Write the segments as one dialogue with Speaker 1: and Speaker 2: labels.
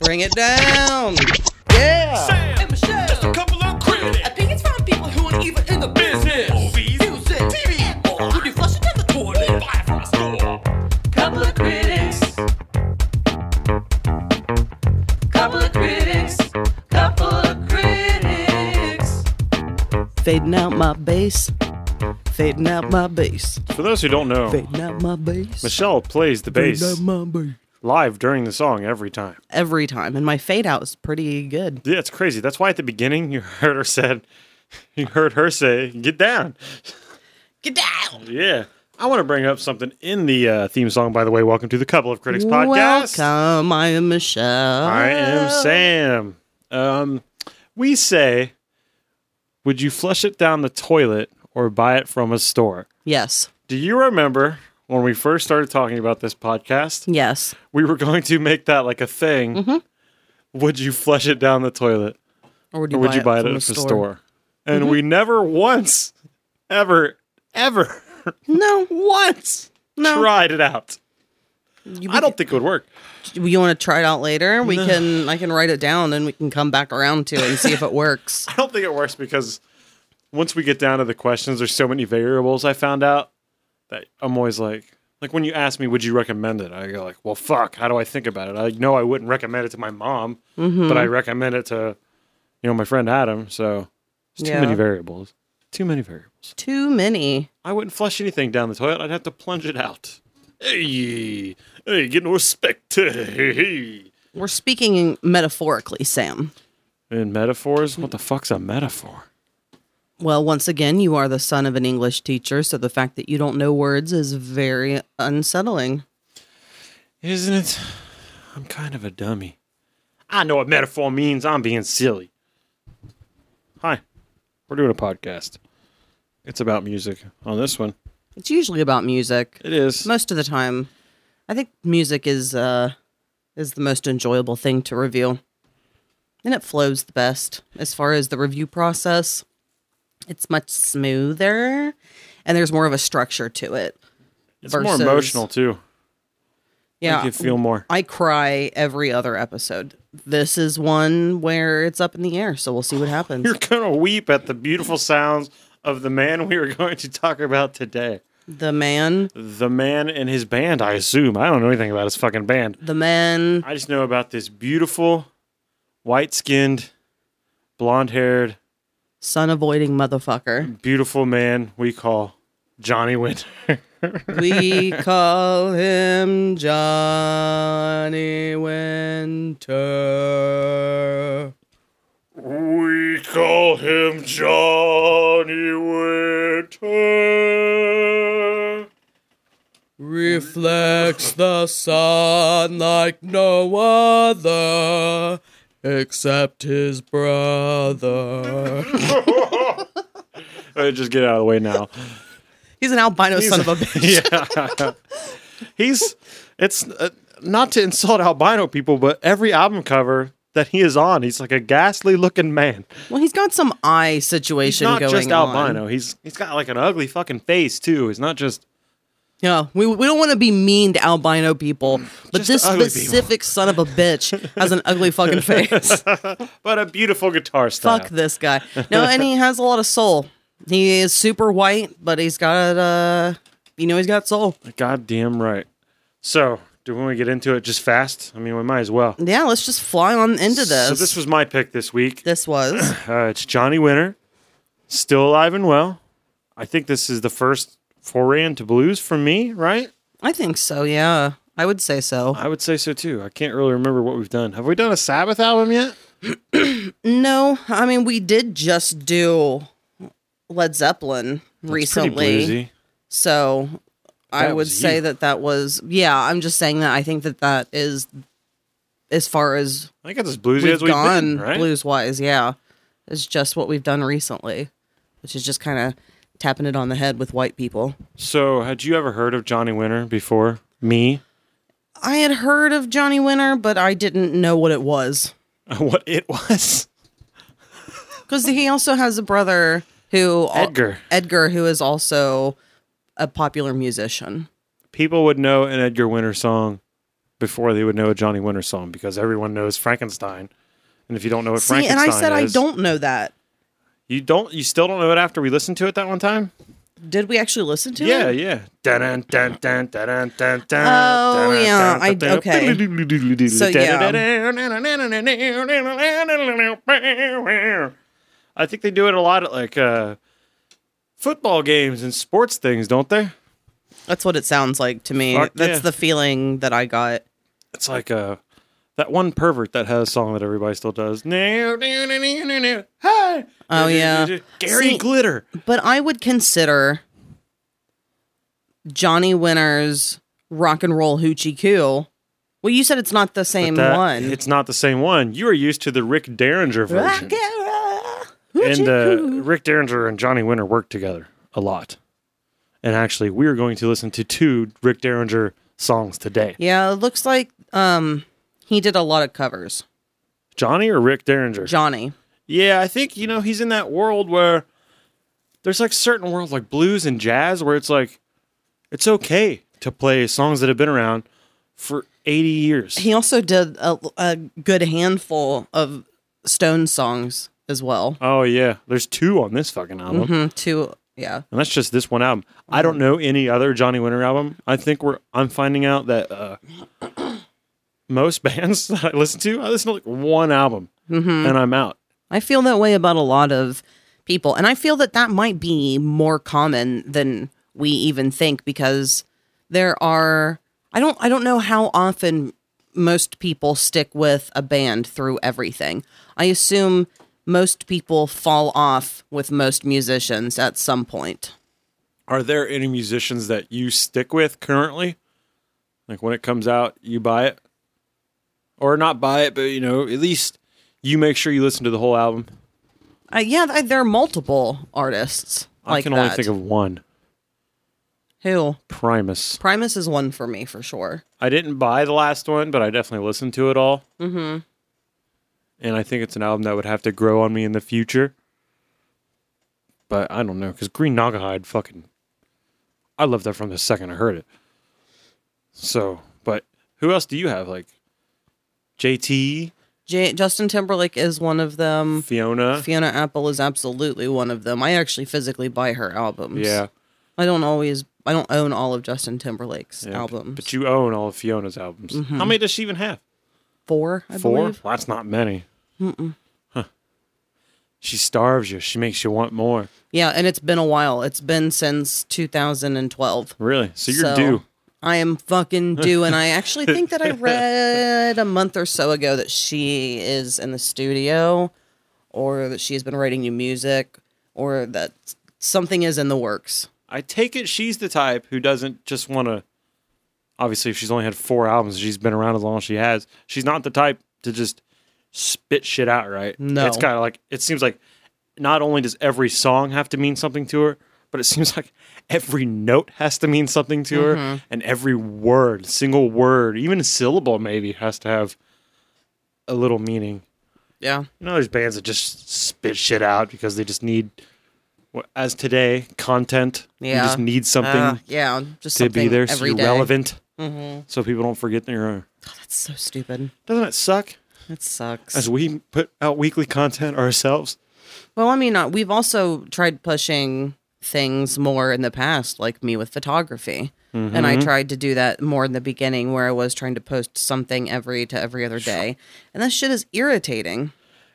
Speaker 1: Bring it down. Yeah.
Speaker 2: Sam, just a couple of critics.
Speaker 3: think it's from people who aren't even in the business.
Speaker 2: Movies,
Speaker 3: Music, TV, and more. Could you flush it down the toilet?
Speaker 2: buy from a store.
Speaker 3: Couple of critics. Couple of critics. Couple of critics.
Speaker 4: Fading out my bass. Fading out my bass.
Speaker 5: For those who don't know,
Speaker 4: Fading out my bass.
Speaker 5: Michelle plays the bass
Speaker 4: Fading out my bass.
Speaker 5: live during the song every time.
Speaker 4: Every time. And my fade out is pretty good.
Speaker 5: Yeah, it's crazy. That's why at the beginning you heard her said, you heard her say, "Get down."
Speaker 4: Get down.
Speaker 5: Yeah. I want to bring up something in the uh, theme song, by the way. Welcome to the Couple of Critics podcast.
Speaker 4: Welcome. I am Michelle.
Speaker 5: I am Sam. Um, we say, would you flush it down the toilet or buy it from a store?
Speaker 4: Yes.
Speaker 5: Do you remember when we first started talking about this podcast?
Speaker 4: Yes.
Speaker 5: We were going to make that like a thing. Would you flush it down the toilet
Speaker 4: Or would
Speaker 5: or would Mm-hmm. you buy it at the store? Mm-hmm. And we never once, ever, ever
Speaker 4: No.
Speaker 5: once
Speaker 4: No.
Speaker 5: tried it out.
Speaker 4: You,
Speaker 5: I don't think it would work.
Speaker 4: You want to try it out later? We
Speaker 5: No.
Speaker 4: can. I can write it down, and we can come back around to it and see if it works.
Speaker 5: I don't think it works because once we get down to the questions, there's so many variables I found out that I'm always like, like when you ask me, would you recommend it? I go like, well, fuck, how do I think about it? I know I wouldn't recommend it to my mom, but I recommend it to, you know, my friend Adam. So there's too
Speaker 4: Yeah.
Speaker 5: many variables. Too many variables.
Speaker 4: Too many.
Speaker 5: I wouldn't flush anything down the toilet. I'd have to plunge it out. Hey, hey, get no respect. Hey.
Speaker 4: We're speaking metaphorically, Sam.
Speaker 5: And metaphors? What the fuck's a metaphor?
Speaker 4: Well, once again, you are the son of an English teacher, so the fact that you don't know words is very unsettling.
Speaker 5: Isn't it? I'm kind of a dummy. I know what metaphor means. I'm being silly. Hi. We're doing a podcast. It's about music on this one.
Speaker 4: It's usually about music.
Speaker 5: It is.
Speaker 4: most of the time i think music is uh is the most enjoyable thing to review and it flows the best as far as the review process it's much smoother and there's more of a structure to it
Speaker 5: It's more
Speaker 4: versus-
Speaker 5: emotional, too.
Speaker 4: yeah
Speaker 5: Make you feel more.
Speaker 4: i cry every other episode this is one where it's up in the air so we'll see what happens
Speaker 5: You're going to weep at the beautiful sounds of the man we are going to talk about today.
Speaker 4: the man
Speaker 5: The man and his band, I assume. I don't know anything about his fucking band.
Speaker 4: the man
Speaker 5: I just know about this beautiful, white skinned, blonde haired,
Speaker 4: sun avoiding motherfucker
Speaker 5: beautiful man we call Johnny Winter.
Speaker 4: we call him johnny winter
Speaker 5: We call him Johnny Winter.
Speaker 4: reflects the sun like no other except his brother.
Speaker 5: Uh, just get out of the way now.
Speaker 4: He's an albino son of a bitch.
Speaker 5: yeah. He's, it's uh, not to insult albino people, but every album cover that he is on, he's like a ghastly looking man.
Speaker 4: Well, he's got some eye
Speaker 5: He's
Speaker 4: situation
Speaker 5: not
Speaker 4: going
Speaker 5: just
Speaker 4: on.
Speaker 5: albino. He's He's got like an ugly fucking face, too. He's not just
Speaker 4: Yeah, we, we don't want to be mean to albino people, but
Speaker 5: Just
Speaker 4: this
Speaker 5: ugly
Speaker 4: specific son of a bitch has an ugly fucking face.
Speaker 5: but a beautiful guitar style.
Speaker 4: Fuck this guy. No, and he has a lot of soul. He is super white, but he's got uh, you know, he's got soul.
Speaker 5: God damn right. So, do we want to get into it just fast? I mean, we might as well.
Speaker 4: Yeah, let's just fly on into this.
Speaker 5: So this was my pick this week.
Speaker 4: this was.
Speaker 5: Uh, it's Johnny Winter, still alive and well. I think this is the first foray into blues from me, right?
Speaker 4: I think so, yeah. I would say so.
Speaker 5: I would say so too. I can't really remember what we've done. Have we done a Sabbath album yet?
Speaker 4: No, I mean we did just do Led Zeppelin
Speaker 5: Pretty
Speaker 4: recently.
Speaker 5: bluesy.
Speaker 4: So I
Speaker 5: That
Speaker 4: would
Speaker 5: was
Speaker 4: say
Speaker 5: you.
Speaker 4: that that was yeah, I'm just saying that I think that that is as far as
Speaker 5: I think it's as bluesy
Speaker 4: we've
Speaker 5: as we've
Speaker 4: gone
Speaker 5: been, right?
Speaker 4: blues wise, yeah. It's just what we've done recently, which is just kind of tapping it on the head with white people.
Speaker 5: So, had you ever heard of Johnny Winter before? Me?
Speaker 4: I had heard of Johnny Winter, but I didn't know what it was.
Speaker 5: what it was?
Speaker 4: Because he also has a brother who
Speaker 5: Edgar.
Speaker 4: Edgar, who is also a popular musician.
Speaker 5: People would know an Edgar Winter song before they would know a Johnny Winter song because everyone knows Frankenstein. And if you don't know what
Speaker 4: See, and
Speaker 5: Frankenstein
Speaker 4: I said I
Speaker 5: is,
Speaker 4: don't know that.
Speaker 5: You don't. You still don't know it after we listened to it that one time.
Speaker 4: Did we actually listen to
Speaker 5: Yeah,
Speaker 4: it?
Speaker 5: yeah. Dun, dun, dun, dun, dun, dun, dun,
Speaker 4: Oh,
Speaker 5: dun,
Speaker 4: yeah, I-
Speaker 5: dun,
Speaker 4: okay.
Speaker 5: dun.
Speaker 4: So,
Speaker 5: I think they do it a lot at like uh, football games and sports things, don't they?
Speaker 4: That's what it sounds like to me.
Speaker 5: Fuck
Speaker 4: That's
Speaker 5: yeah.
Speaker 4: the feeling that I got.
Speaker 5: It's like uh, that one pervert that has a song that everybody still does. Hi.
Speaker 4: Oh, yeah.
Speaker 5: Gary
Speaker 4: See-
Speaker 5: Glitter.
Speaker 4: But I would consider Johnny Winter's rock and roll hoochie cool. Well, you said it's not the same
Speaker 5: That-
Speaker 4: one.
Speaker 5: It's not the same one. You are used to the Rick Derringer
Speaker 4: rock
Speaker 5: version.
Speaker 4: and roll
Speaker 5: and
Speaker 4: hoochie
Speaker 5: uh,
Speaker 4: coo.
Speaker 5: Rick Derringer and Johnny Winter worked together a lot. And actually, we are going to listen to two Rick Derringer songs today.
Speaker 4: Yeah, it looks like um he did a lot of covers.
Speaker 5: Johnny or Rick Derringer?
Speaker 4: Johnny.
Speaker 5: yeah, I think you know he's in that world where there's like certain worlds like blues and jazz where it's like it's okay to play songs that have been around for 80 years.
Speaker 4: He also did a, a good handful of Stone songs as well.
Speaker 5: oh yeah, there's two on this fucking album.
Speaker 4: hmm Two, yeah.
Speaker 5: And that's just this one album. I don't know any other Johnny Winter album. I think we're I'm finding out that uh, most bands that I listen to, I listen to like one album and I'm out.
Speaker 4: I feel that way about a lot of people. And I feel that that might be more common than we even think because there are I don't I don't know how often most people stick with a band through everything. I assume most people fall off with most musicians at some point.
Speaker 5: Are there any musicians that you stick with currently? Like when it comes out, you buy it? Or not buy it, but you know, at least you make sure you listen to the whole album.
Speaker 4: Uh, yeah, th- there are multiple artists like
Speaker 5: I can
Speaker 4: that.
Speaker 5: only think of one,
Speaker 4: Who?
Speaker 5: Primus.
Speaker 4: Primus is one for me for sure.
Speaker 5: I didn't buy the last one, but I definitely listened to it all. Mm-hmm. And I think it's an album that would have to grow on me in the future. But I don't know, because Green Nagahide fucking. I loved that from the second I heard it. So, but who else do you have? Like JT,
Speaker 4: J- Justin Timberlake is one of them.
Speaker 5: Fiona?
Speaker 4: Fiona Apple is absolutely one of them. I actually physically buy her albums.
Speaker 5: yeah.
Speaker 4: I don't always I don't own all of Justin Timberlake's
Speaker 5: yeah.
Speaker 4: albums.
Speaker 5: But you own all of Fiona's albums. How many does she even have?
Speaker 4: four, I
Speaker 5: Four?
Speaker 4: believe.
Speaker 5: Well, that's not many. Mm-mm. Huh. She starves you. She makes you want more.
Speaker 4: Yeah, and it's been a while. It's been since 2012.
Speaker 5: Really? So you're
Speaker 4: So,
Speaker 5: due.
Speaker 4: I am fucking due and I actually think that I read a month or so ago that she is in the studio or that she has been writing new music or that something is in the works.
Speaker 5: I take it she's the type who doesn't just want to. Obviously, if she's only had four albums, she's been around as long as she has. She's not the type to just spit shit out, right?
Speaker 4: No.
Speaker 5: It's kind of like, it seems like not only does every song have to mean something to her, but it seems like every note has to mean something to
Speaker 4: Mm-hmm.
Speaker 5: her, and every word, single word, even a syllable maybe, has to have a little meaning.
Speaker 4: Yeah.
Speaker 5: You know, there's bands that just spit shit out because they just need, well, as today, content. You
Speaker 4: Yeah.
Speaker 5: just need something
Speaker 4: Uh, yeah, just
Speaker 5: to be
Speaker 4: something
Speaker 5: there so
Speaker 4: every
Speaker 5: you're
Speaker 4: day. Mm-hmm.
Speaker 5: relevant so people don't forget their own.
Speaker 4: That's so stupid.
Speaker 5: Doesn't it suck
Speaker 4: That sucks.
Speaker 5: as we put out weekly content ourselves?
Speaker 4: Well, I mean, uh, we've also tried pushing things more in the past, like me with photography. And I tried to do that more in the beginning where I was trying to post something every to every other day. And that shit is irritating.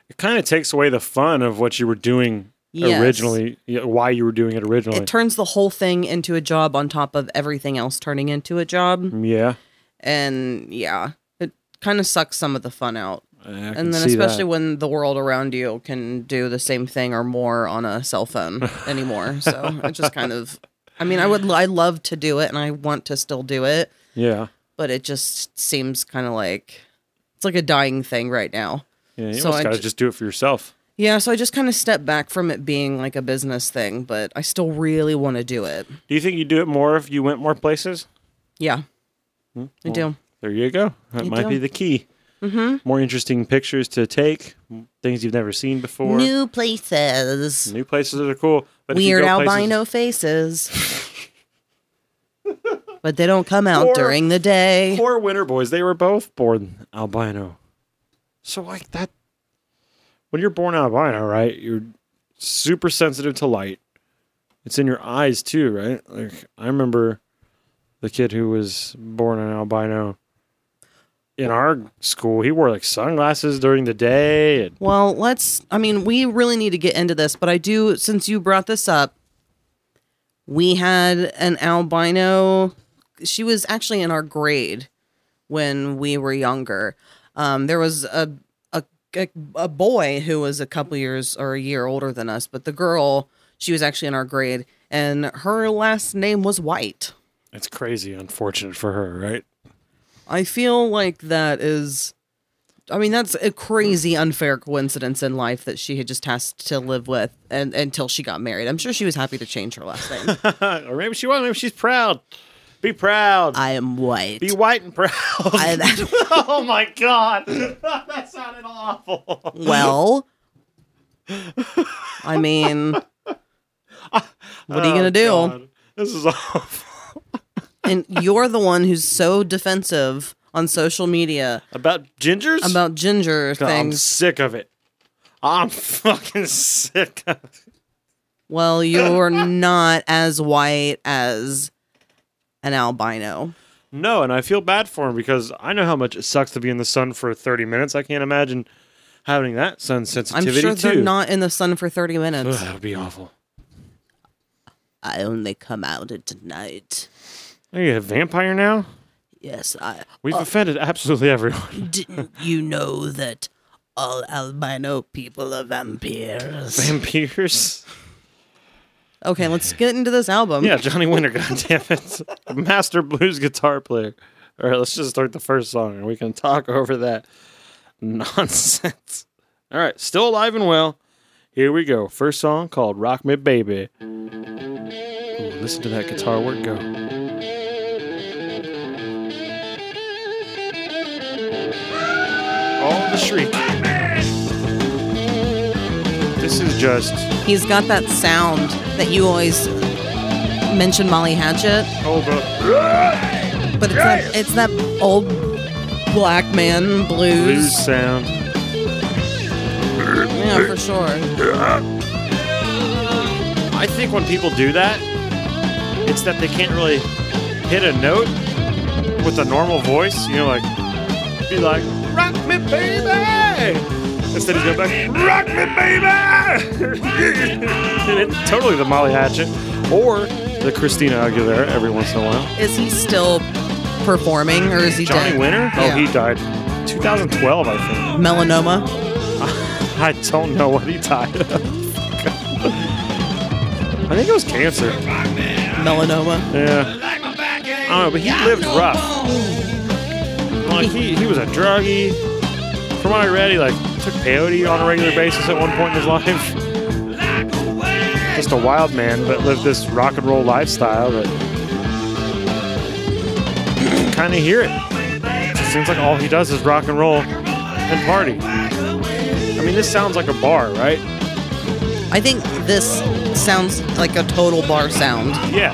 Speaker 5: It kind of takes away the fun of what you were doing
Speaker 4: Yes.
Speaker 5: originally, y- why you were doing it originally.
Speaker 4: It turns the whole thing into a job on top of everything else turning into a job.
Speaker 5: yeah.
Speaker 4: And yeah, it kind of sucks some of the fun out.
Speaker 5: I can
Speaker 4: And then
Speaker 5: see that.
Speaker 4: especially when the world around you can do the same thing or more on a cell phone anymore. So it just kind of I mean, I would I love to do it and I want to still do it,
Speaker 5: Yeah.
Speaker 4: but it just seems kind of like it's like a dying thing right now.
Speaker 5: Yeah, you
Speaker 4: So
Speaker 5: almost
Speaker 4: I
Speaker 5: got to
Speaker 4: ju-
Speaker 5: just do it for yourself.
Speaker 4: Yeah, so I just kind of stepped back from it being like a business thing, but I still really want to do it.
Speaker 5: Do you think you'd do it more if you went more places?
Speaker 4: Yeah.
Speaker 5: Hmm,
Speaker 4: I do.
Speaker 5: There you go. That
Speaker 4: You
Speaker 5: might
Speaker 4: do.
Speaker 5: be the key. Mm-hmm. More interesting pictures to take, m- things you've never seen before.
Speaker 4: New places.
Speaker 5: New places that are cool. But if you
Speaker 4: Weird
Speaker 5: go places-
Speaker 4: albino faces. but they don't come out
Speaker 5: Or-
Speaker 4: during the day.
Speaker 5: Poor Winter Boys. They were both born albino. So like that, when you're born albino, right? You're super sensitive to light. It's in your eyes too, right? Like I remember the kid who was born an albino in our school. He wore like sunglasses during the day. And
Speaker 4: Well, let's. I mean, we really need to get into this, but I do, since you brought this up, we had an albino. She was actually in our grade when we were younger. Um, there was a, a a a boy who was a couple years or a year older than us, but the girl she was actually in our grade, and her last name was White.
Speaker 5: it's crazy, unfortunate for her, right?
Speaker 4: I feel like that is. I mean, that's a crazy unfair coincidence in life that she had just has to live with and until she got married. I'm sure she was happy to change her last name.
Speaker 5: Uh, or maybe she was. Maybe she's proud. Be proud.
Speaker 4: I am white.
Speaker 5: Be white and proud.
Speaker 4: I-
Speaker 5: oh my god, that sounded awful.
Speaker 4: well, I mean, what are you gonna do?
Speaker 5: Oh, This is awful.
Speaker 4: And you're the one who's so defensive on social media
Speaker 5: About gingers?
Speaker 4: about ginger
Speaker 5: God, I'm
Speaker 4: things.
Speaker 5: sick of it. I'm fucking sick of it.
Speaker 4: Well, you're not as white as an albino.
Speaker 5: No, and I feel bad for him because I know how much it sucks to be in the sun for 30 minutes. I can't imagine having that sun
Speaker 4: I'm
Speaker 5: sensitivity
Speaker 4: sure they're
Speaker 5: too.
Speaker 4: not in the sun for 30 minutes.
Speaker 5: Ugh, that would be awful.
Speaker 4: I only come out at night.
Speaker 5: Are you a vampire now?
Speaker 4: Yes, I
Speaker 5: We've offended absolutely everyone.
Speaker 4: didn't. You know that all albino people are vampires.
Speaker 5: Vampires.
Speaker 4: Okay, let's get into this album.
Speaker 5: Yeah, Johnny Winter, goddammit. Master blues guitar player. All right, let's just start the first song and we can talk over that nonsense. All right, still alive and well. Here we go. First song called Rock Me Baby. Ooh, listen to that guitar work go. All the shriek. This is just,
Speaker 4: He's got that sound that you always mention Molly Hatchet,
Speaker 5: oh, the
Speaker 4: but it's that it's that old black man
Speaker 5: blues
Speaker 4: blues.
Speaker 5: sound.
Speaker 4: Yeah, for sure.
Speaker 5: I think when people do that, it's that they can't really hit a note with a normal voice. You know, like be like, "Rock me, baby," instead of going back, "Rock me, baby." and it's totally the Molly Hatchet or the Christina Aguilera every once in a while.
Speaker 4: Is he still performing or is he
Speaker 5: Johnny
Speaker 4: dead?
Speaker 5: Winter? Oh,
Speaker 4: Yeah.
Speaker 5: he died 2012, I think.
Speaker 4: melanoma.
Speaker 5: I don't know what he died of. I think it was cancer.
Speaker 4: Melanoma.
Speaker 5: Yeah. I don't know, but he lived rough. Like he, he was a druggie. From what I read, he like took peyote on a regular basis at one point in his life. Just a wild man, but lived this rock and roll lifestyle that kind of hear it. It seems like all he does is rock and roll and party. I mean, this sounds like a bar, right?
Speaker 4: I think this sounds like a total bar sound.
Speaker 5: Yeah.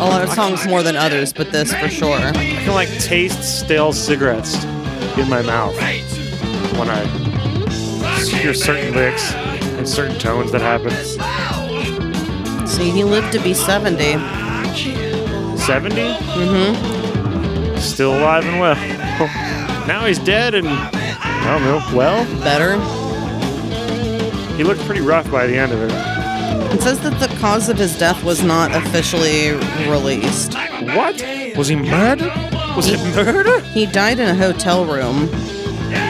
Speaker 4: A lot of songs more than others, but this for sure.
Speaker 5: I can like taste stale cigarettes in my mouth. when I hear certain licks and certain tones that happen.
Speaker 4: See, he lived to be 70.
Speaker 5: 70? Mm-hmm. Still alive and well. now he's dead and I don't know. Well,
Speaker 4: Better.
Speaker 5: he looked pretty rough by the end of it.
Speaker 4: It says that the cause of his death was not officially released.
Speaker 5: What? Was he murdered? Was it murder?
Speaker 4: He died in a hotel room.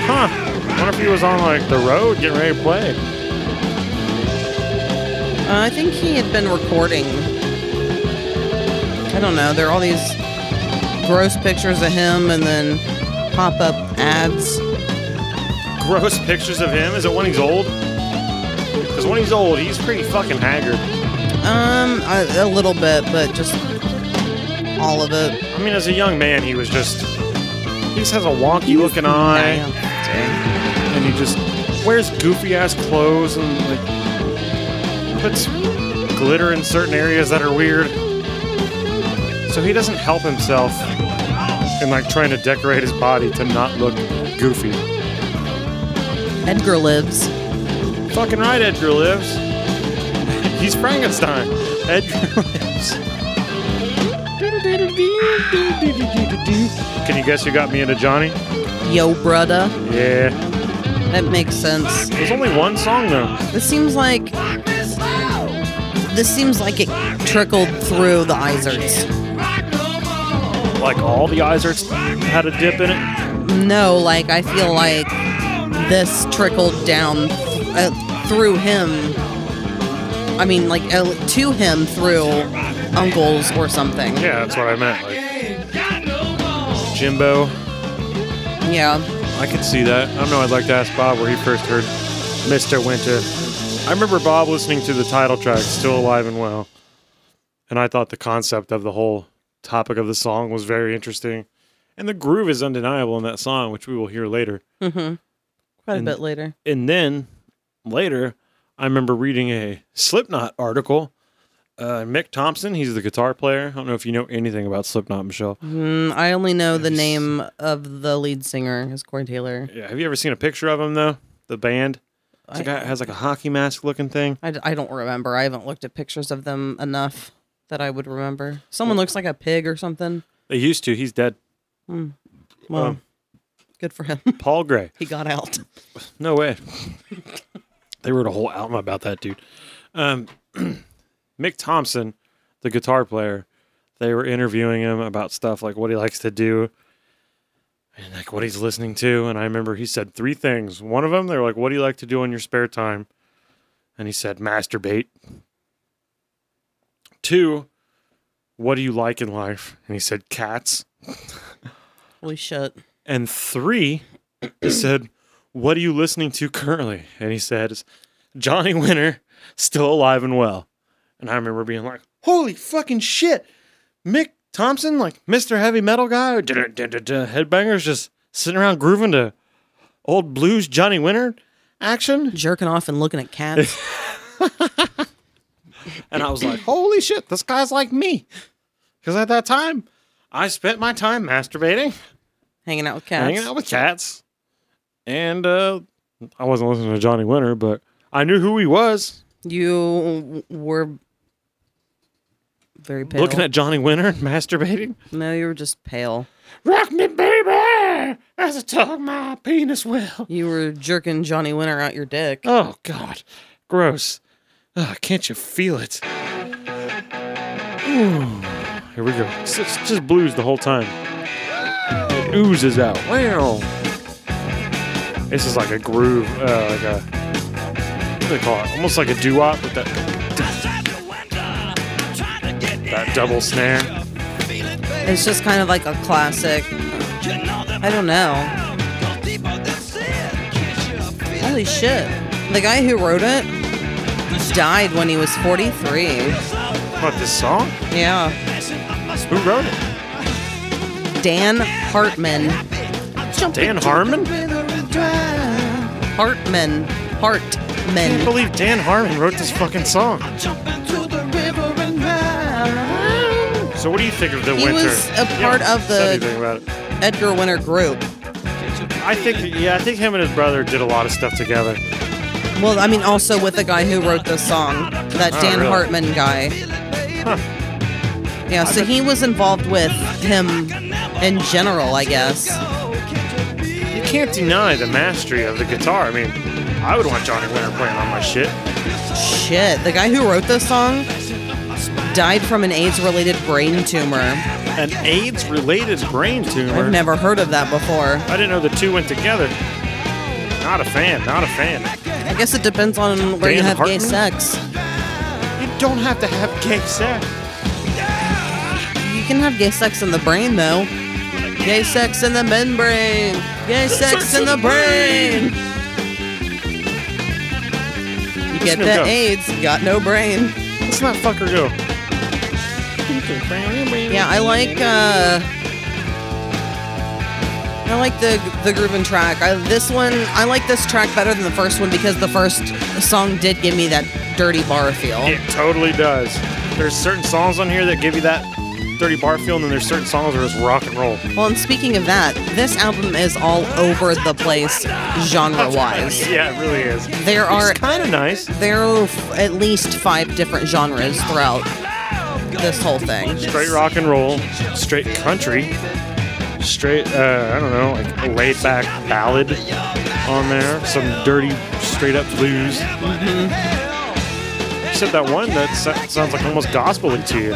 Speaker 5: Huh. wonder if he was on like the road getting ready to play.
Speaker 4: Uh, I think he had been recording. I don't know. There are all these gross pictures of him and then pop up ads.
Speaker 5: Gross pictures of him. Is it when he's old? Because when he's old, he's pretty fucking haggard.
Speaker 4: Um, a, a little bit, but just all of it.
Speaker 5: I mean, as a young man, he was just. He just has a wonky looking eye.
Speaker 4: Damn.
Speaker 5: and he just wears goofy ass clothes and like puts glitter in certain areas that are weird. So he doesn't help himself in like trying to decorate his body to not look goofy.
Speaker 4: Edgar lives.
Speaker 5: Fucking right, Edgar lives. He's Frankenstein. Edgar lives. Can you guess who got me into Johnny?
Speaker 4: Yo, brudda.
Speaker 5: Yeah.
Speaker 4: That makes sense.
Speaker 5: There's only one song though.
Speaker 4: This seems like. This seems like it trickled through the Izards.
Speaker 5: Like all the Izards had a dip in it.
Speaker 4: No, like, I feel like this trickled down uh, through him. I mean, like, uh, to him through uncles or something.
Speaker 5: Yeah, that's what I meant. Like Jimbo.
Speaker 4: Yeah.
Speaker 5: I could see that. I don't know. I'd like to ask Bob where he first heard Mr. Winter. I remember Bob listening to the title track, Still Alive and Well. And I thought the concept of the whole topic of the song was very interesting. And the groove is undeniable in that song, which we will hear later.
Speaker 4: Quite a
Speaker 5: And-
Speaker 4: bit later.
Speaker 5: And then later, I remember reading a Slipknot article. Uh, Mick Thompson, he's the guitar player. I don't know if you know anything about Slipknot, Michelle.
Speaker 4: Mm, I only know the name of the lead singer is Corey Taylor.
Speaker 5: Yeah, have you ever seen a picture of him though? The band. It's a guy has like a hockey mask looking thing.
Speaker 4: I, d- I don't remember. I haven't looked at pictures of them enough that I would remember. Someone looks like a pig or something.
Speaker 5: They used to. He's dead.
Speaker 4: Well,
Speaker 5: Um,
Speaker 4: good for him.
Speaker 5: Paul Gray.
Speaker 4: he got out.
Speaker 5: No way. they wrote a whole album about that dude. Um, Mick Thompson, the guitar player, they were interviewing him about stuff like what he likes to do and like what he's listening to. And I remember he said three things. One of them, they were like, What do you like to do in your spare time? And he said, Masturbate. Two, What do you like in life? And he said, Cats.
Speaker 4: Holy shit.
Speaker 5: And three, he said, What are you listening to currently? And he says, Johnny Winter, still alive and well. And I remember being like, Holy fucking shit. Mick Thompson, like Mr. Heavy Metal guy, da-da-da-da-da, headbangers just sitting around grooving to old blues Johnny Winter action.
Speaker 4: Jerking off and looking at cats.
Speaker 5: And I was like, Holy shit, this guy's like me. Because at that time, I spent my time masturbating.
Speaker 4: hanging out with cats.
Speaker 5: hanging out with cats. And uh, I wasn't listening to Johnny Winter, but I knew who he was.
Speaker 4: You w- were very pale.
Speaker 5: Looking at Johnny Winter and masturbating.
Speaker 4: no, you were just pale.
Speaker 5: Rock me, baby, as I tug my penis well.
Speaker 4: You were jerking Johnny Winter out your dick.
Speaker 5: Oh, God. Gross. Ugh, can't you feel it? Ooh. Here we go. It's, it's just blues the whole time. It oozes out. Wow. This is like a groove, uh, like a, what do they call it? Almost like a doo-wop with that that double snare.
Speaker 4: It's just kind of like a classic. I don't know. Holy shit. The guy who wrote it died when he was 43.
Speaker 5: What this song?
Speaker 4: Yeah.
Speaker 5: Who wrote it?
Speaker 4: Dan Hartman.
Speaker 5: Dan Harmon? I
Speaker 4: Hartman.
Speaker 5: can't
Speaker 4: Hartman.
Speaker 5: believe Dan Harmon wrote this fucking song. So what do you think of the
Speaker 4: He
Speaker 5: winter?
Speaker 4: was a
Speaker 5: You
Speaker 4: part
Speaker 5: haven't
Speaker 4: of the-
Speaker 5: said anything about it.
Speaker 4: Edgar Winter Group.
Speaker 5: I think yeah, I think him and his brother did a lot of stuff together.
Speaker 4: Well, I mean, also with the guy who wrote the song, that
Speaker 5: Oh,
Speaker 4: Dan
Speaker 5: really?
Speaker 4: Hartman guy. Yeah, so he was involved with him in general, I guess.
Speaker 5: You can't deny the mastery of the guitar. I mean, I would want Johnny Winter playing on my shit.
Speaker 4: Shit, the guy who wrote this song died from an AIDS related brain tumor.
Speaker 5: An AIDS-related brain tumor.
Speaker 4: I've never heard of that before.
Speaker 5: I didn't know the two went together. Not a fan. Not a fan.
Speaker 4: I guess it depends on where you
Speaker 5: Dan
Speaker 4: have gay
Speaker 5: Hartman?
Speaker 4: sex.
Speaker 5: You don't have to have gay sex.
Speaker 4: You can have gay sex in the brain, though. Gay sex in the membrane. Gay sex in the brain. You get
Speaker 5: Listen to him go.
Speaker 4: that AIDS, you got no brain.
Speaker 5: Let's not fucker go.
Speaker 4: Yeah, I like uh I like the the grooving track. I, this one, I like this track better than the first one because the first song did give me that dirty bar feel.
Speaker 5: It totally does. There's certain songs on here that give you that Dirty Bar Feel, and then there's certain songs where it's rock and roll.
Speaker 4: Well, and speaking of that, this album is all over the place genre wise.
Speaker 5: Yeah, it really is.
Speaker 4: There are
Speaker 5: It's kind of nice.
Speaker 4: there are f- at least five different genres throughout this whole thing.
Speaker 5: Straight rock and roll, straight country, straight, uh, I don't know, like a laid back ballad on there, some dirty, straight up blues. You said that one that so- sounds like almost gospel to you.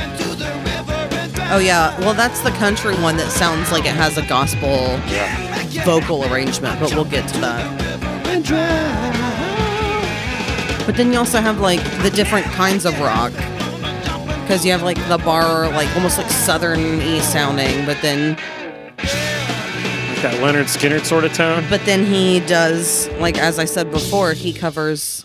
Speaker 4: Oh yeah, well that's the country one that sounds like it has a gospel vocal arrangement, but we'll get to that. But then you also have like the different kinds of rock. Because you have like the bar, like almost like southern y sounding, but then
Speaker 5: Like that Leonard Skinner sort of tone.
Speaker 4: but then he does like as I said before, he covers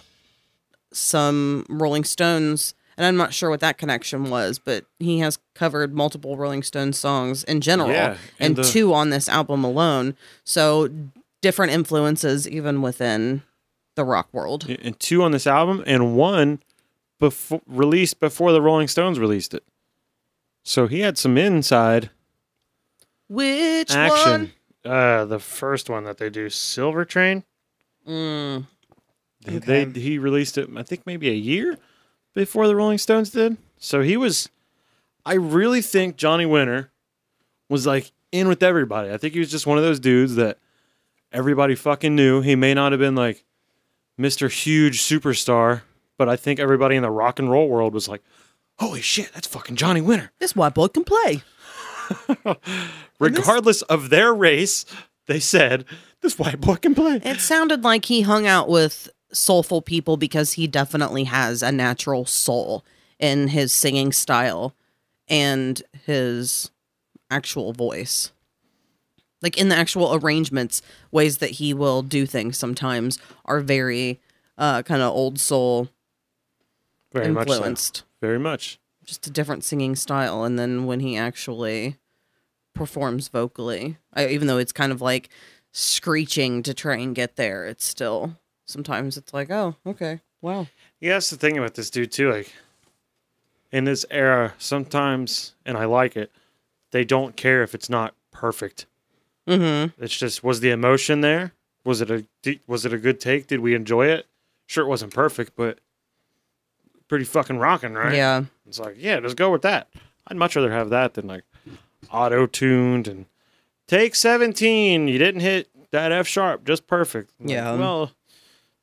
Speaker 4: some Rolling Stones, and I'm not sure what that connection was, but he has covered multiple Rolling Stones songs in general,
Speaker 5: Yeah,
Speaker 4: and,
Speaker 5: and the-
Speaker 4: two on this album alone. So different influences even within the rock world.
Speaker 5: And two on this album, and one before, released before the Rolling Stones released it. So he had some inside
Speaker 4: Which
Speaker 5: action.
Speaker 4: one?
Speaker 5: Uh, the first one that they do, Silver Train.
Speaker 4: Mm,
Speaker 5: They- They he released it, I think maybe a year before the Rolling Stones did. So he was, I really think Johnny Winter was like in with everybody. I think he was just one of those dudes that everybody fucking knew. He may not have been like Mr. Huge Superstar, but I think everybody in the rock and roll world was like, holy shit, that's fucking Johnny Winter.
Speaker 4: this white boy can play.
Speaker 5: Regardless of their race, they said, this white boy can play.
Speaker 4: It sounded like he hung out with soulful people because he definitely has a natural soul in his singing style and his actual voice. Like in the actual arrangements, ways that he will do things sometimes are very uh, kind of old soul
Speaker 5: Very much so.
Speaker 4: influenced.
Speaker 5: Very much.
Speaker 4: Just a different singing style. And then when he actually performs vocally, I, even though it's kind of like screeching to try and get there, it's still sometimes it's like, oh, okay, wow.
Speaker 5: Yeah, that's the thing about this dude too. Like in this era, sometimes, and I like it, they don't care if it's not perfect.
Speaker 4: Mm
Speaker 5: It's just was the emotion there? Was it a di- was it a good take? Did we enjoy it? Sure, it wasn't perfect, but pretty fucking rocking,
Speaker 4: hmm.
Speaker 5: right?
Speaker 4: Yeah.
Speaker 5: It's like yeah, just go with that. I'd much rather have that than like auto tuned and take seventeen. You didn't hit that F sharp, just perfect. Like,
Speaker 4: Yeah.
Speaker 5: well,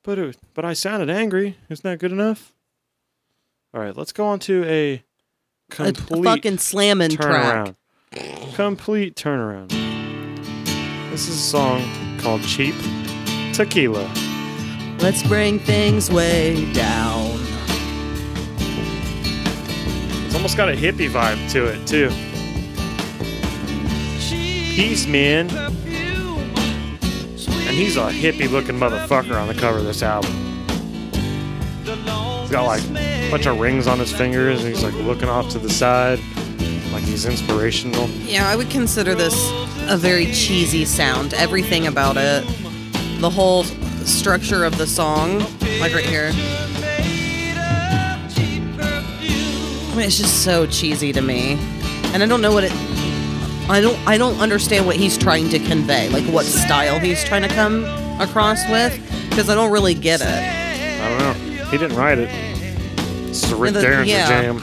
Speaker 5: but it, but I sounded angry. Isn't that good enough? All right, let's go on to a
Speaker 4: A, a
Speaker 5: complete
Speaker 4: fucking slamming track.
Speaker 5: turnaround. Complete turnaround. This is a song called "Cheap Tequila."
Speaker 4: Let's bring things way down.
Speaker 5: It's almost got a hippie vibe to it too. Peace, man. And he's a hippie looking motherfucker on the cover of this album. He's got like a bunch of rings on his fingers and he's like looking off to the side. Like he's inspirational.
Speaker 4: Yeah, I would consider this a very cheesy sound. Everything about it, the whole structure of the song, like right here. I mean, it's just so cheesy to me, and I don't know what it. I don't. I don't understand what he's trying to convey, like what style he's trying to come across with, because I don't really get it.
Speaker 5: I don't know. He didn't write it. It's a Rick
Speaker 4: And the-
Speaker 5: Derringer
Speaker 4: yeah.
Speaker 5: jam.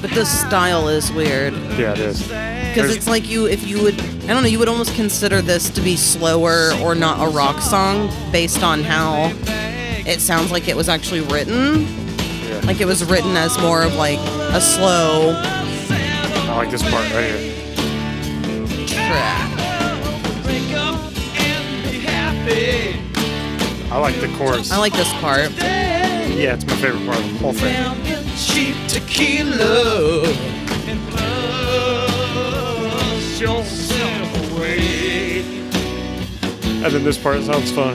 Speaker 4: But the style is weird.
Speaker 5: Yeah, it is.
Speaker 4: because
Speaker 5: There's-
Speaker 4: it's like you if you would i don't know you would almost consider this to be slower or not a rock song based on how it sounds like it was actually written
Speaker 5: Yeah.
Speaker 4: like it was written as more of like a slow
Speaker 5: I like this part right here.
Speaker 4: track
Speaker 5: I like the chorus.
Speaker 4: i like this part
Speaker 5: yeah, it's my favorite part of the whole thing.
Speaker 3: Cheap tequila.
Speaker 5: And then this part sounds fun.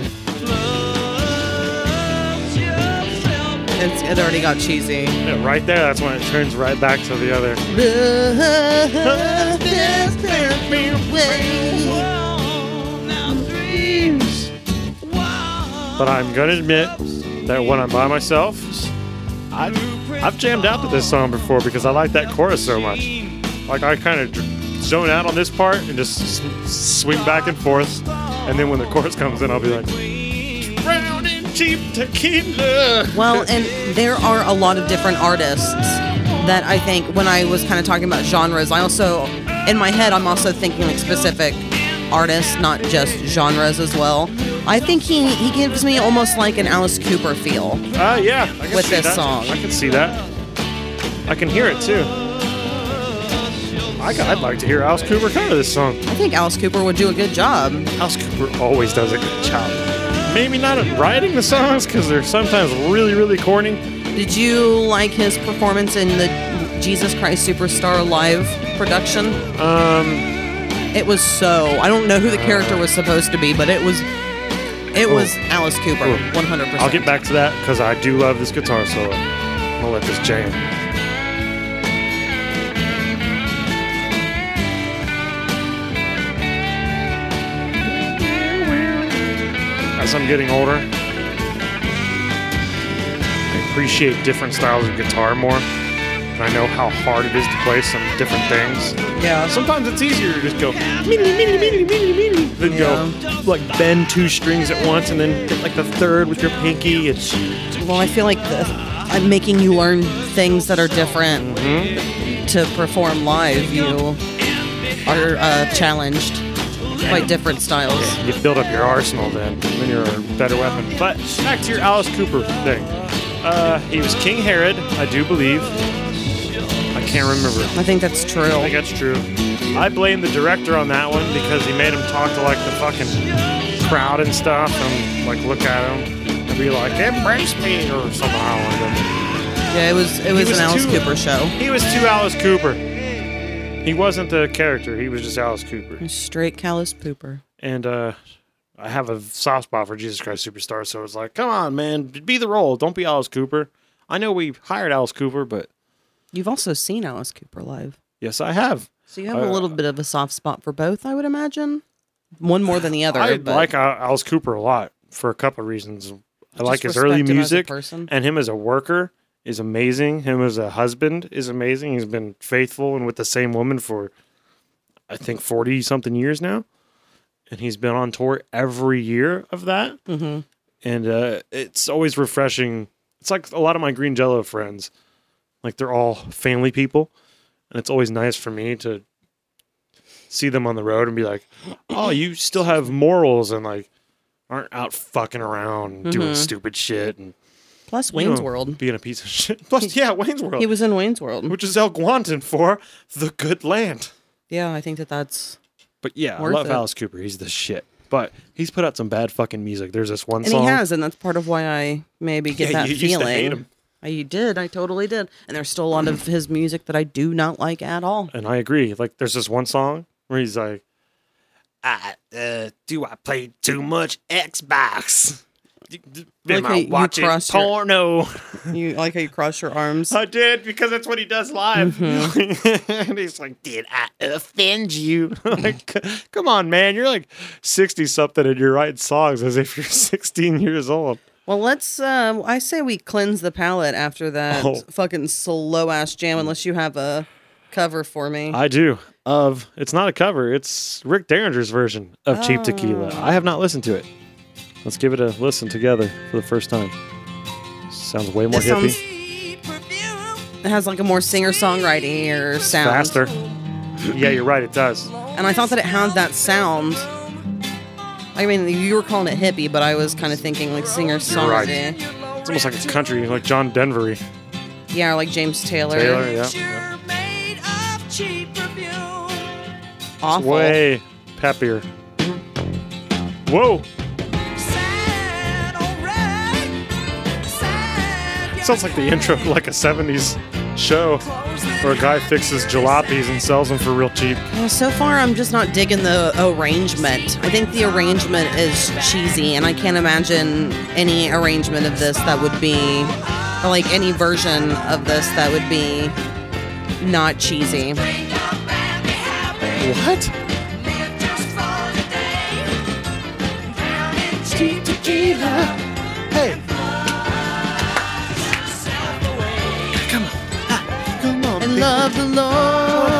Speaker 4: it's, it already got cheesy
Speaker 5: Yeah, right there, that's when it turns right back to the other. But I'm gonna admit that when I'm by myself, I, I've jammed out to this song before because I like that chorus so much. Like I kind of zone out on this part and just s- swing back and forth, and then when the chorus comes in, I'll be like, "Drown in cheap tequila."
Speaker 4: Well, and there are a lot of different artists that I think when I was kind of talking about genres, I also, in my head, I'm also thinking like specific artists, not just genres as well. I think he, he gives me almost like an Alice Cooper feel.
Speaker 5: Ah, yeah, I can
Speaker 4: With
Speaker 5: see
Speaker 4: this
Speaker 5: that.
Speaker 4: song.
Speaker 5: I can see that. I can hear it too. I got, I'd like to hear Alice Cooper cover this song.
Speaker 4: I think Alice Cooper would do a good job.
Speaker 5: Alice Cooper always does a good job. Maybe not at writing the songs because they're sometimes really, really corny.
Speaker 4: Did you like his performance in the Jesus Christ Superstar live production?
Speaker 5: Um,
Speaker 4: It was so. I don't know who the character was supposed to be, but it was. It was Alice Cooper,
Speaker 5: Oh.
Speaker 4: 100%.
Speaker 5: I'll get back to that because I do love this guitar solo. i will let this jam. As I'm getting older, I appreciate different styles of guitar more. And I know how hard it is to play some different things.
Speaker 4: Yeah.
Speaker 5: Sometimes it's easier to just go meeny, meeny, meeny, meeny, meeny, than go like bend two strings at once and then get like the third with your pinky. It's
Speaker 4: Well, I feel like the, I'm making you learn things that are different
Speaker 5: Mm-hmm.
Speaker 4: to perform live. You are uh, challenged by different styles.
Speaker 5: you build up your arsenal then, then you're a better weapon. But back to your Alice Cooper thing. Uh, he was King Herod, I do believe. I can't remember.
Speaker 4: I think that's true.
Speaker 5: I think that's true. I blame the director on that one because he made him talk to like the fucking crowd and stuff and like look at him and be like, embrace me or something. I don't know.
Speaker 4: yeah, it was it was,
Speaker 5: was
Speaker 4: an Alice
Speaker 5: too-
Speaker 4: Cooper show.
Speaker 5: He was too Alice Cooper. He wasn't the character. He was just Alice Cooper.
Speaker 4: Straight callous pooper.
Speaker 5: And uh, I have a soft spot for Jesus Christ Superstar, so it's like, come on, man, be the role. Don't be Alice Cooper. I know we hired Alice Cooper, but
Speaker 4: You've also seen Alice Cooper live,
Speaker 5: yes, I have.
Speaker 4: so you have a little bit of a soft spot for both, I would imagine. One more than the other.
Speaker 5: I
Speaker 4: but
Speaker 5: like uh, Alice Cooper a lot for a couple of reasons. I like his
Speaker 4: respect
Speaker 5: early
Speaker 4: him as a
Speaker 5: music,
Speaker 4: person.
Speaker 5: and him as a worker is amazing. Him as a husband is amazing. He's been faithful and with the same woman for, I think, 40 something years now. And he's been on tour every year of that. Mm-hmm. And uh, it's always refreshing. It's like a lot of my Green Jello friends, like they're all family people. And it's always nice for me to see them on the road and be like, oh, you still have morals and like aren't out fucking around and doing stupid shit and
Speaker 4: plus Mm-hmm. Wayne's
Speaker 5: know,
Speaker 4: World.
Speaker 5: Being a piece of shit. Plus, yeah, Wayne's World.
Speaker 4: He was in Wayne's World.
Speaker 5: which is El Guantan for the good land.
Speaker 4: Yeah, I think that that's
Speaker 5: But yeah,
Speaker 4: Worth
Speaker 5: I love
Speaker 4: it.
Speaker 5: Alice Cooper. He's the shit. But he's put out some bad fucking music. There's this one
Speaker 4: And
Speaker 5: song.
Speaker 4: he has, and that's part of why I maybe get
Speaker 5: Yeah,
Speaker 4: that
Speaker 5: you used to
Speaker 4: feeling.
Speaker 5: hate him.
Speaker 4: I did. I totally did. And there's still a lot of his music that I do not like at all.
Speaker 5: And I agree. Like, there's this one song where he's like, I, uh, do I play too much Xbox? D- d-
Speaker 4: Like
Speaker 5: Am
Speaker 4: how you-
Speaker 5: I
Speaker 4: you
Speaker 5: watching
Speaker 4: cross your-
Speaker 5: porno?
Speaker 4: You I like how you cross your arms?
Speaker 5: I did because that's what he does live. and he's like, "Did I offend you?" like, c- come on, man, you're like sixty something, and you're writing songs as if you're sixteen years old.
Speaker 4: Well, let's. Uh, I say we cleanse the palate after that
Speaker 5: Oh. Mm.
Speaker 4: fucking slow ass jam, unless you have a cover for me.
Speaker 5: I do. Of it's not a cover; it's Rick Derringer's version of Cheap Tequila. I have not listened to it. Let's give it a listen together for the first time. Sounds way more
Speaker 4: This
Speaker 5: hippie,
Speaker 4: sounds- it has like a more singer songwriting or sound.
Speaker 5: faster. yeah, you're right. It does.
Speaker 4: And I thought that it had that sound. I mean, you were calling it hippie, but I was kind of thinking like singer
Speaker 5: right.
Speaker 4: songwriting.
Speaker 5: It's almost like it's country, like John Denvery.
Speaker 4: Yeah, or like James Taylor.
Speaker 5: Taylor, yeah.
Speaker 2: You're made of cheap perfume.
Speaker 4: Awful.
Speaker 5: Way peppier. Whoa!
Speaker 2: Sad, alright. Sad, you're
Speaker 5: Sounds like the intro of like a 70s show
Speaker 2: closing
Speaker 5: where a guy fixes jalopies and sells them for real cheap.
Speaker 4: Yeah, so far, I'm just not digging the arrangement. I think the arrangement is cheesy, and I can't imagine any arrangement of this that would be, or like any version of this that would be not cheesy.
Speaker 2: your family happy.
Speaker 5: What?
Speaker 2: Live just for today. Down in cheap tequila.
Speaker 5: Hey,
Speaker 2: Self away.
Speaker 5: come on. Come on.
Speaker 4: And love the Lord.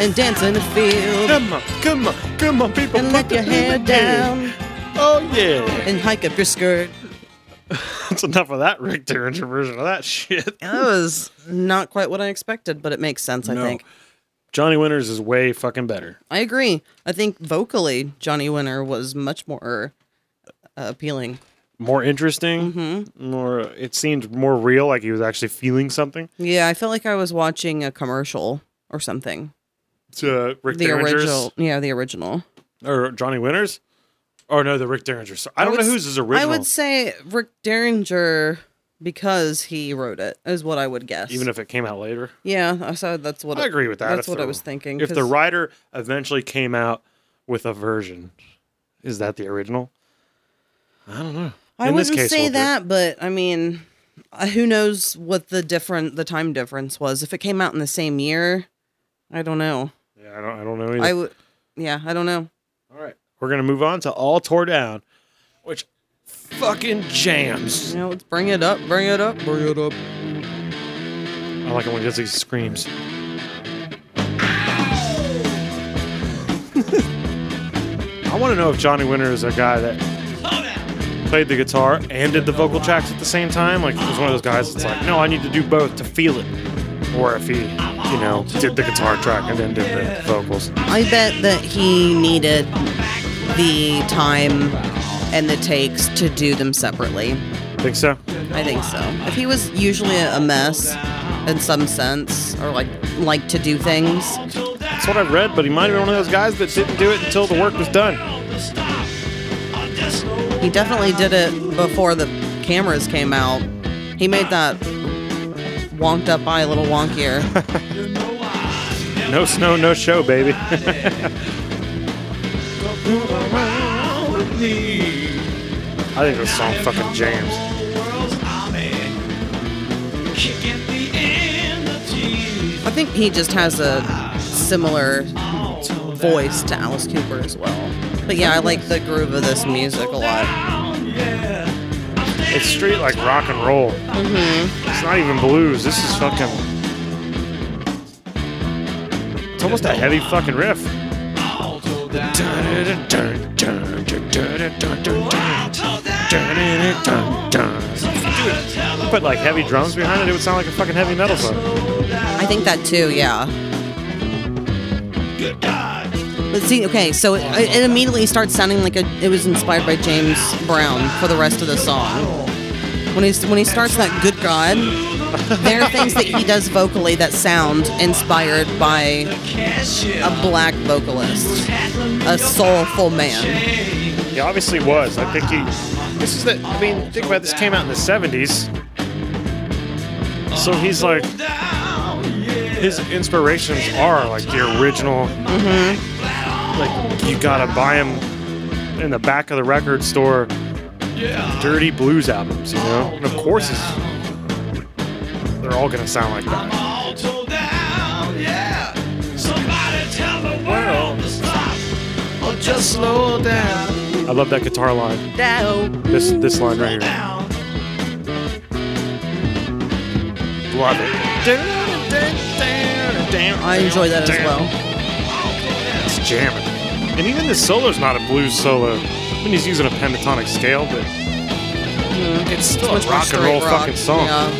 Speaker 4: and dance in the field
Speaker 5: Come on, come on, come on, people.
Speaker 4: and let your hair down
Speaker 5: Oh, yeah.
Speaker 4: and hike up your skirt.
Speaker 5: That's enough of that Richter version of that shit.
Speaker 4: That was not quite what I expected, but it makes sense, I
Speaker 5: No.
Speaker 4: think.
Speaker 5: Johnny Winters is way fucking better.
Speaker 4: I agree. I think vocally, Johnny Winter was much more uh, appealing.
Speaker 5: More interesting.
Speaker 4: Mm-hmm.
Speaker 5: More. It seemed more real, like he was actually feeling something.
Speaker 4: Yeah, I felt like I was watching a commercial or something.
Speaker 5: To Rick
Speaker 4: The
Speaker 5: Derringer's
Speaker 4: original. Yeah, the original.
Speaker 5: or Johnny Winters, or no, the Rick Derringer. So I don't
Speaker 4: would
Speaker 5: know
Speaker 4: s-
Speaker 5: whose is original.
Speaker 4: I would say Rick Derringer because he wrote it, is what I would guess.
Speaker 5: even if it came out later.
Speaker 4: yeah, so that's what
Speaker 5: I agree with that.
Speaker 4: That's
Speaker 5: if
Speaker 4: what
Speaker 5: the-
Speaker 4: I was thinking.
Speaker 5: If the
Speaker 4: 'cause-
Speaker 5: writer eventually came out with a version, is that the original?
Speaker 4: I
Speaker 5: in this
Speaker 4: wouldn't
Speaker 5: case,
Speaker 4: say
Speaker 5: we'll do.
Speaker 4: that, but I mean, uh, who knows what the different the time difference was? If it came out in the same year, I don't know.
Speaker 5: Yeah, I don't. I don't know.
Speaker 4: I
Speaker 5: Either.
Speaker 4: would, yeah, I don't know.
Speaker 5: All right, we're gonna move on to All Tore Down, which fucking jams.
Speaker 4: You know, let's bring it up, bring it up, bring it up.
Speaker 5: I like it when he does these screams. I want to know if Johnny Winter is a guy that played the guitar and did the vocal tracks at the same time. Like, he's one of those guys that's like, no, I need to do both to feel it. Or if he, you know, did the guitar track and then did the vocals.
Speaker 4: I bet that he needed the time and the takes to do them separately.
Speaker 5: Think so?
Speaker 4: I think so. If he was usually a mess in some sense, or like like to do things,
Speaker 5: That's what I read, but he might have been one of those guys that didn't do it until the work was done.
Speaker 4: He definitely did it before the cameras came out. He made that wonked up eye a little wonkier.
Speaker 5: No snow, no show, baby. I think this song fucking jams.
Speaker 4: I think he just has a similar voice to Alice Cooper as well. But yeah, I like the groove of this music a lot.
Speaker 5: It's straight like rock and roll. It's not even blues. This is fucking. It's almost a heavy fucking riff. Put like heavy drums behind it, it would sound like a fucking heavy metal song.
Speaker 4: I think that too, yeah. But see, okay, so it, it immediately starts sounding like a, it was inspired by James Brown for the rest of the song. When he's when he starts that "Good God," there are things that he does vocally that sound inspired by a black vocalist, a soulful man.
Speaker 5: He obviously was. I think he. This is the. I mean, think about it, this came out in the 70s. So he's like. His inspirations are like the original.
Speaker 4: Mm-hmm.
Speaker 5: Like, you gotta buy him in the back of the record store dirty blues albums, you know? And of course, it's, they're all gonna sound like that.
Speaker 3: Just slow down.
Speaker 5: I love that guitar line.
Speaker 4: Down.
Speaker 5: This this line right here. Love it.
Speaker 4: I enjoy that as well.
Speaker 5: It's jamming. And even this solo's not a blues solo. I mean, he's using a pentatonic scale, but it's still
Speaker 4: Mm-hmm. Much
Speaker 5: a
Speaker 4: more
Speaker 5: rock
Speaker 4: straight
Speaker 5: and roll fucking song.
Speaker 4: Yeah.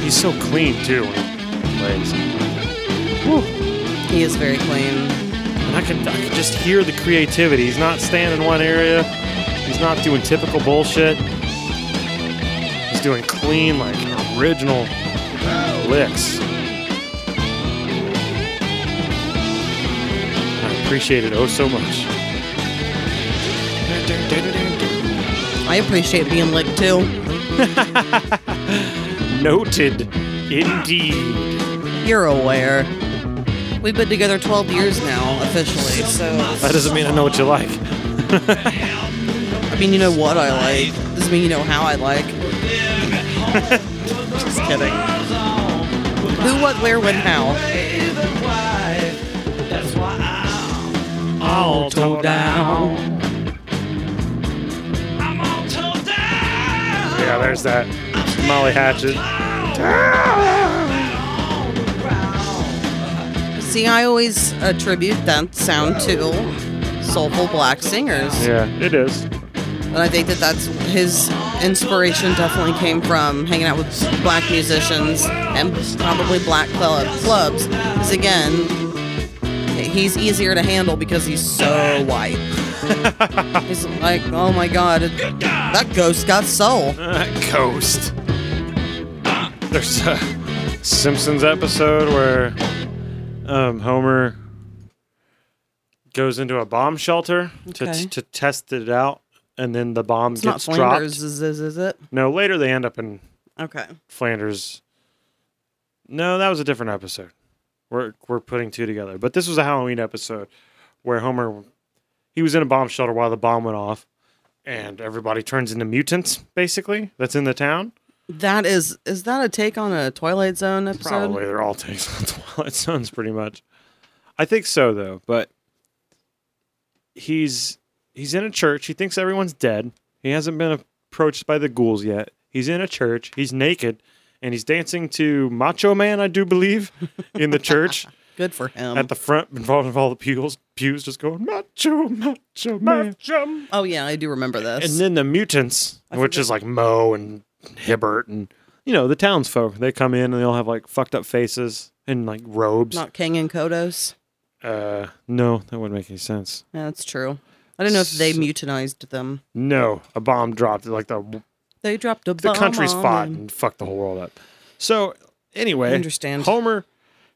Speaker 5: He's so clean too. When he plays.
Speaker 4: He is very clean.
Speaker 5: And I can I can just hear the creativity. He's not staying in one area. He's not doing typical bullshit. He's doing clean, like original licks. I appreciate it oh so much.
Speaker 4: I appreciate being licked too.
Speaker 5: Noted, indeed.
Speaker 4: You're aware. We've been together 12 years now, officially. So,
Speaker 5: That doesn't mean I know what you like.
Speaker 4: I mean, you know what I like. Doesn't mean you know how I like. Just kidding. Who, what, where, when, how?
Speaker 5: All told down. Yeah, there's that Molly Hatchet.
Speaker 4: See, I always attribute that sound to soulful black singers.
Speaker 5: Yeah, it is.
Speaker 4: And I think that that's his inspiration definitely came from hanging out with black musicians and probably black club, clubs. Because again, he's easier to handle because he's so white. he's like, oh my god, it- that ghost got soul.
Speaker 5: Coast. There's a Simpsons episode where um, Homer goes into a bomb shelter to,
Speaker 4: Okay.
Speaker 5: to test it out, and then the bomb
Speaker 4: It's not
Speaker 5: gets
Speaker 4: Flanders,
Speaker 5: dropped.
Speaker 4: is, is, is it?
Speaker 5: No, later they end up in
Speaker 4: Okay.
Speaker 5: Flanders. No, that was a different episode. We're we're putting two together, but this was a Halloween episode where Homer he was in a bomb shelter while the bomb went off, and everybody turns into mutants. Basically, that's in the town.
Speaker 4: That is, is that a take on a Twilight Zone episode?
Speaker 5: Probably they're all takes on Twilight Zones, pretty much. I think so, though. But he's he's in a church. He thinks everyone's dead. He hasn't been approached by the ghouls yet. He's in a church. He's naked, and he's dancing to Macho Man, I do believe, in the church
Speaker 4: Good for him.
Speaker 5: at the front, involving all the pews, pews just going Macho, Macho Man.
Speaker 4: oh yeah, I do remember this.
Speaker 5: And then the mutants, which is like Mo and Hibbert and you know the townsfolk, they come in and they all have like fucked up faces and like robes.
Speaker 4: not King and Kodos.
Speaker 5: uh, no, that wouldn't make any sense.
Speaker 4: Yeah, that's true. I don't know if they
Speaker 5: So-
Speaker 4: mutinized them.
Speaker 5: No, a bomb dropped like the
Speaker 4: They dropped a
Speaker 5: the
Speaker 4: bomb
Speaker 5: country's
Speaker 4: on
Speaker 5: fought
Speaker 4: them.
Speaker 5: and fucked the whole world up. So anyway,
Speaker 4: I understand.
Speaker 5: Homer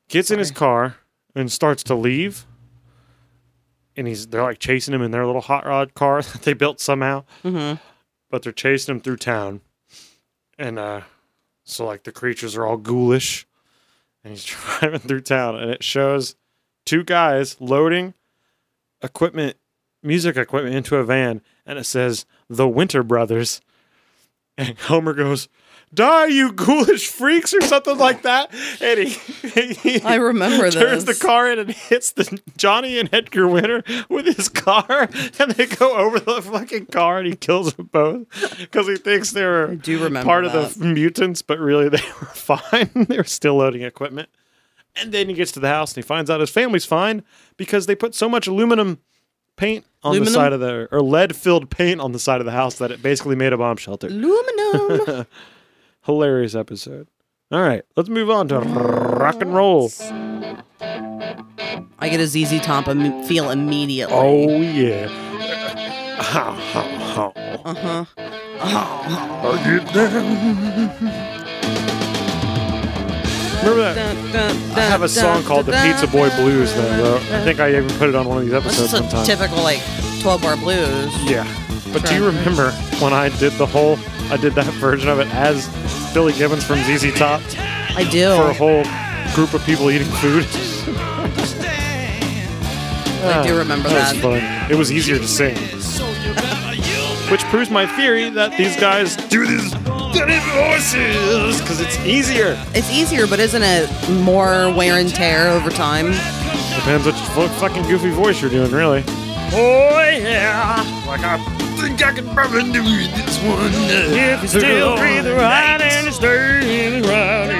Speaker 5: gets in his car and starts to leave, and he's they're like chasing him in their little hot rod car that they built somehow.
Speaker 4: Mm-hmm.
Speaker 5: But they're chasing him through town, and uh, so like the creatures are all ghoulish, and he's driving through town, and it shows two guys loading equipment, music equipment into a van, and it says the Winter Brothers. And Homer goes, "Die, you ghoulish freaks," or something like that. And he, he
Speaker 4: I remember
Speaker 5: turns
Speaker 4: this.
Speaker 5: the car in and hits the Johnny and Edgar Winter with his car, and they go over the fucking car and he kills them both because he thinks they were
Speaker 4: do remember
Speaker 5: part
Speaker 4: that.
Speaker 5: of the mutants, but really they were fine. they were still loading equipment. And then he gets to the house and he finds out his family's fine because they put so much aluminum paint on
Speaker 4: Aluminum?
Speaker 5: the side of the or lead filled paint on the side of the house that it basically made a bomb shelter.
Speaker 4: Aluminum.
Speaker 5: Hilarious episode. All right, let's move on to rock and roll.
Speaker 4: I get a ZZ Top im- feel immediately.
Speaker 5: Oh yeah.
Speaker 4: Uh-huh.
Speaker 5: Remember that? I have a song called the Pizza Boy Blues that I wrote. I think I even put it on one of these
Speaker 4: That's
Speaker 5: episodes
Speaker 4: just a
Speaker 5: sometime.
Speaker 4: typical like 12 bar blues.
Speaker 5: Yeah. But do you
Speaker 4: Correct.
Speaker 5: remember when I did the whole I did that version of it as Billy Gibbons from ZZ Top
Speaker 4: I do.
Speaker 5: for a whole group of people eating food?
Speaker 4: I do remember that.
Speaker 5: That was fun. It was easier to sing. Which proves my theory that these guys do this do these voices because it's easier.
Speaker 4: It's easier, but isn't it more wear and tear over time?
Speaker 5: Depends what fu- fucking goofy voice you're doing, really. Oh yeah, like I think I can probably do this one. If you still breathe right and you stay right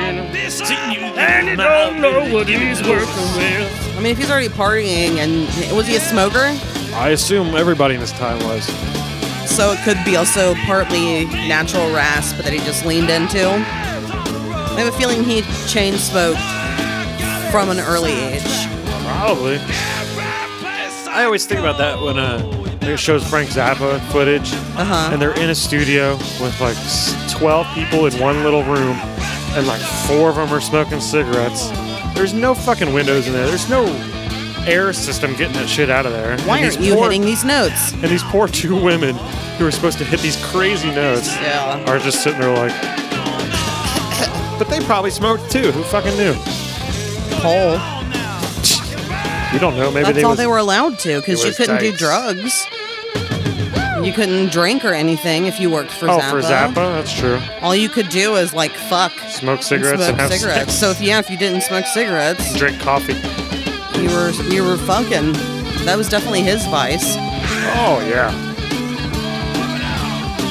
Speaker 5: and you don't know what he's working with.
Speaker 4: I mean, if he's already partying and was he a smoker?
Speaker 5: I assume everybody in this time was.
Speaker 4: So it could be also partly natural rasp that he just leaned into. I have a feeling he chain smoked from an early age.
Speaker 5: Probably. I always think about that when uh, it shows Frank Zappa footage,
Speaker 4: Uh-huh.
Speaker 5: and they're in a studio with like s- 12 people in one little room, and like four of them are smoking cigarettes. There's no fucking windows in there. There's no air system getting that shit out of there.
Speaker 4: Why
Speaker 5: And these
Speaker 4: aren't you
Speaker 5: poor-
Speaker 4: hitting these notes?
Speaker 5: And these poor two women who are supposed to hit these crazy notes
Speaker 4: Yeah.
Speaker 5: are just sitting there like. But they probably smoked too. Who fucking knew? Paul. You don't know. Maybe
Speaker 4: That's
Speaker 5: they
Speaker 4: all
Speaker 5: was-
Speaker 4: they were allowed to because
Speaker 5: it
Speaker 4: you
Speaker 5: was
Speaker 4: couldn't do
Speaker 5: dykes.
Speaker 4: drugs. You couldn't drink or anything if you worked for
Speaker 5: Oh,
Speaker 4: Zappa.
Speaker 5: for Zappa, that's true.
Speaker 4: All you could do is like fuck.
Speaker 5: Smoke cigarettes
Speaker 4: smoke
Speaker 5: and have
Speaker 4: cigarettes.
Speaker 5: sex.
Speaker 4: So if yeah, if you didn't smoke cigarettes,
Speaker 5: Drink coffee.
Speaker 4: you were you were fucking. That was definitely his vice.
Speaker 5: Oh yeah,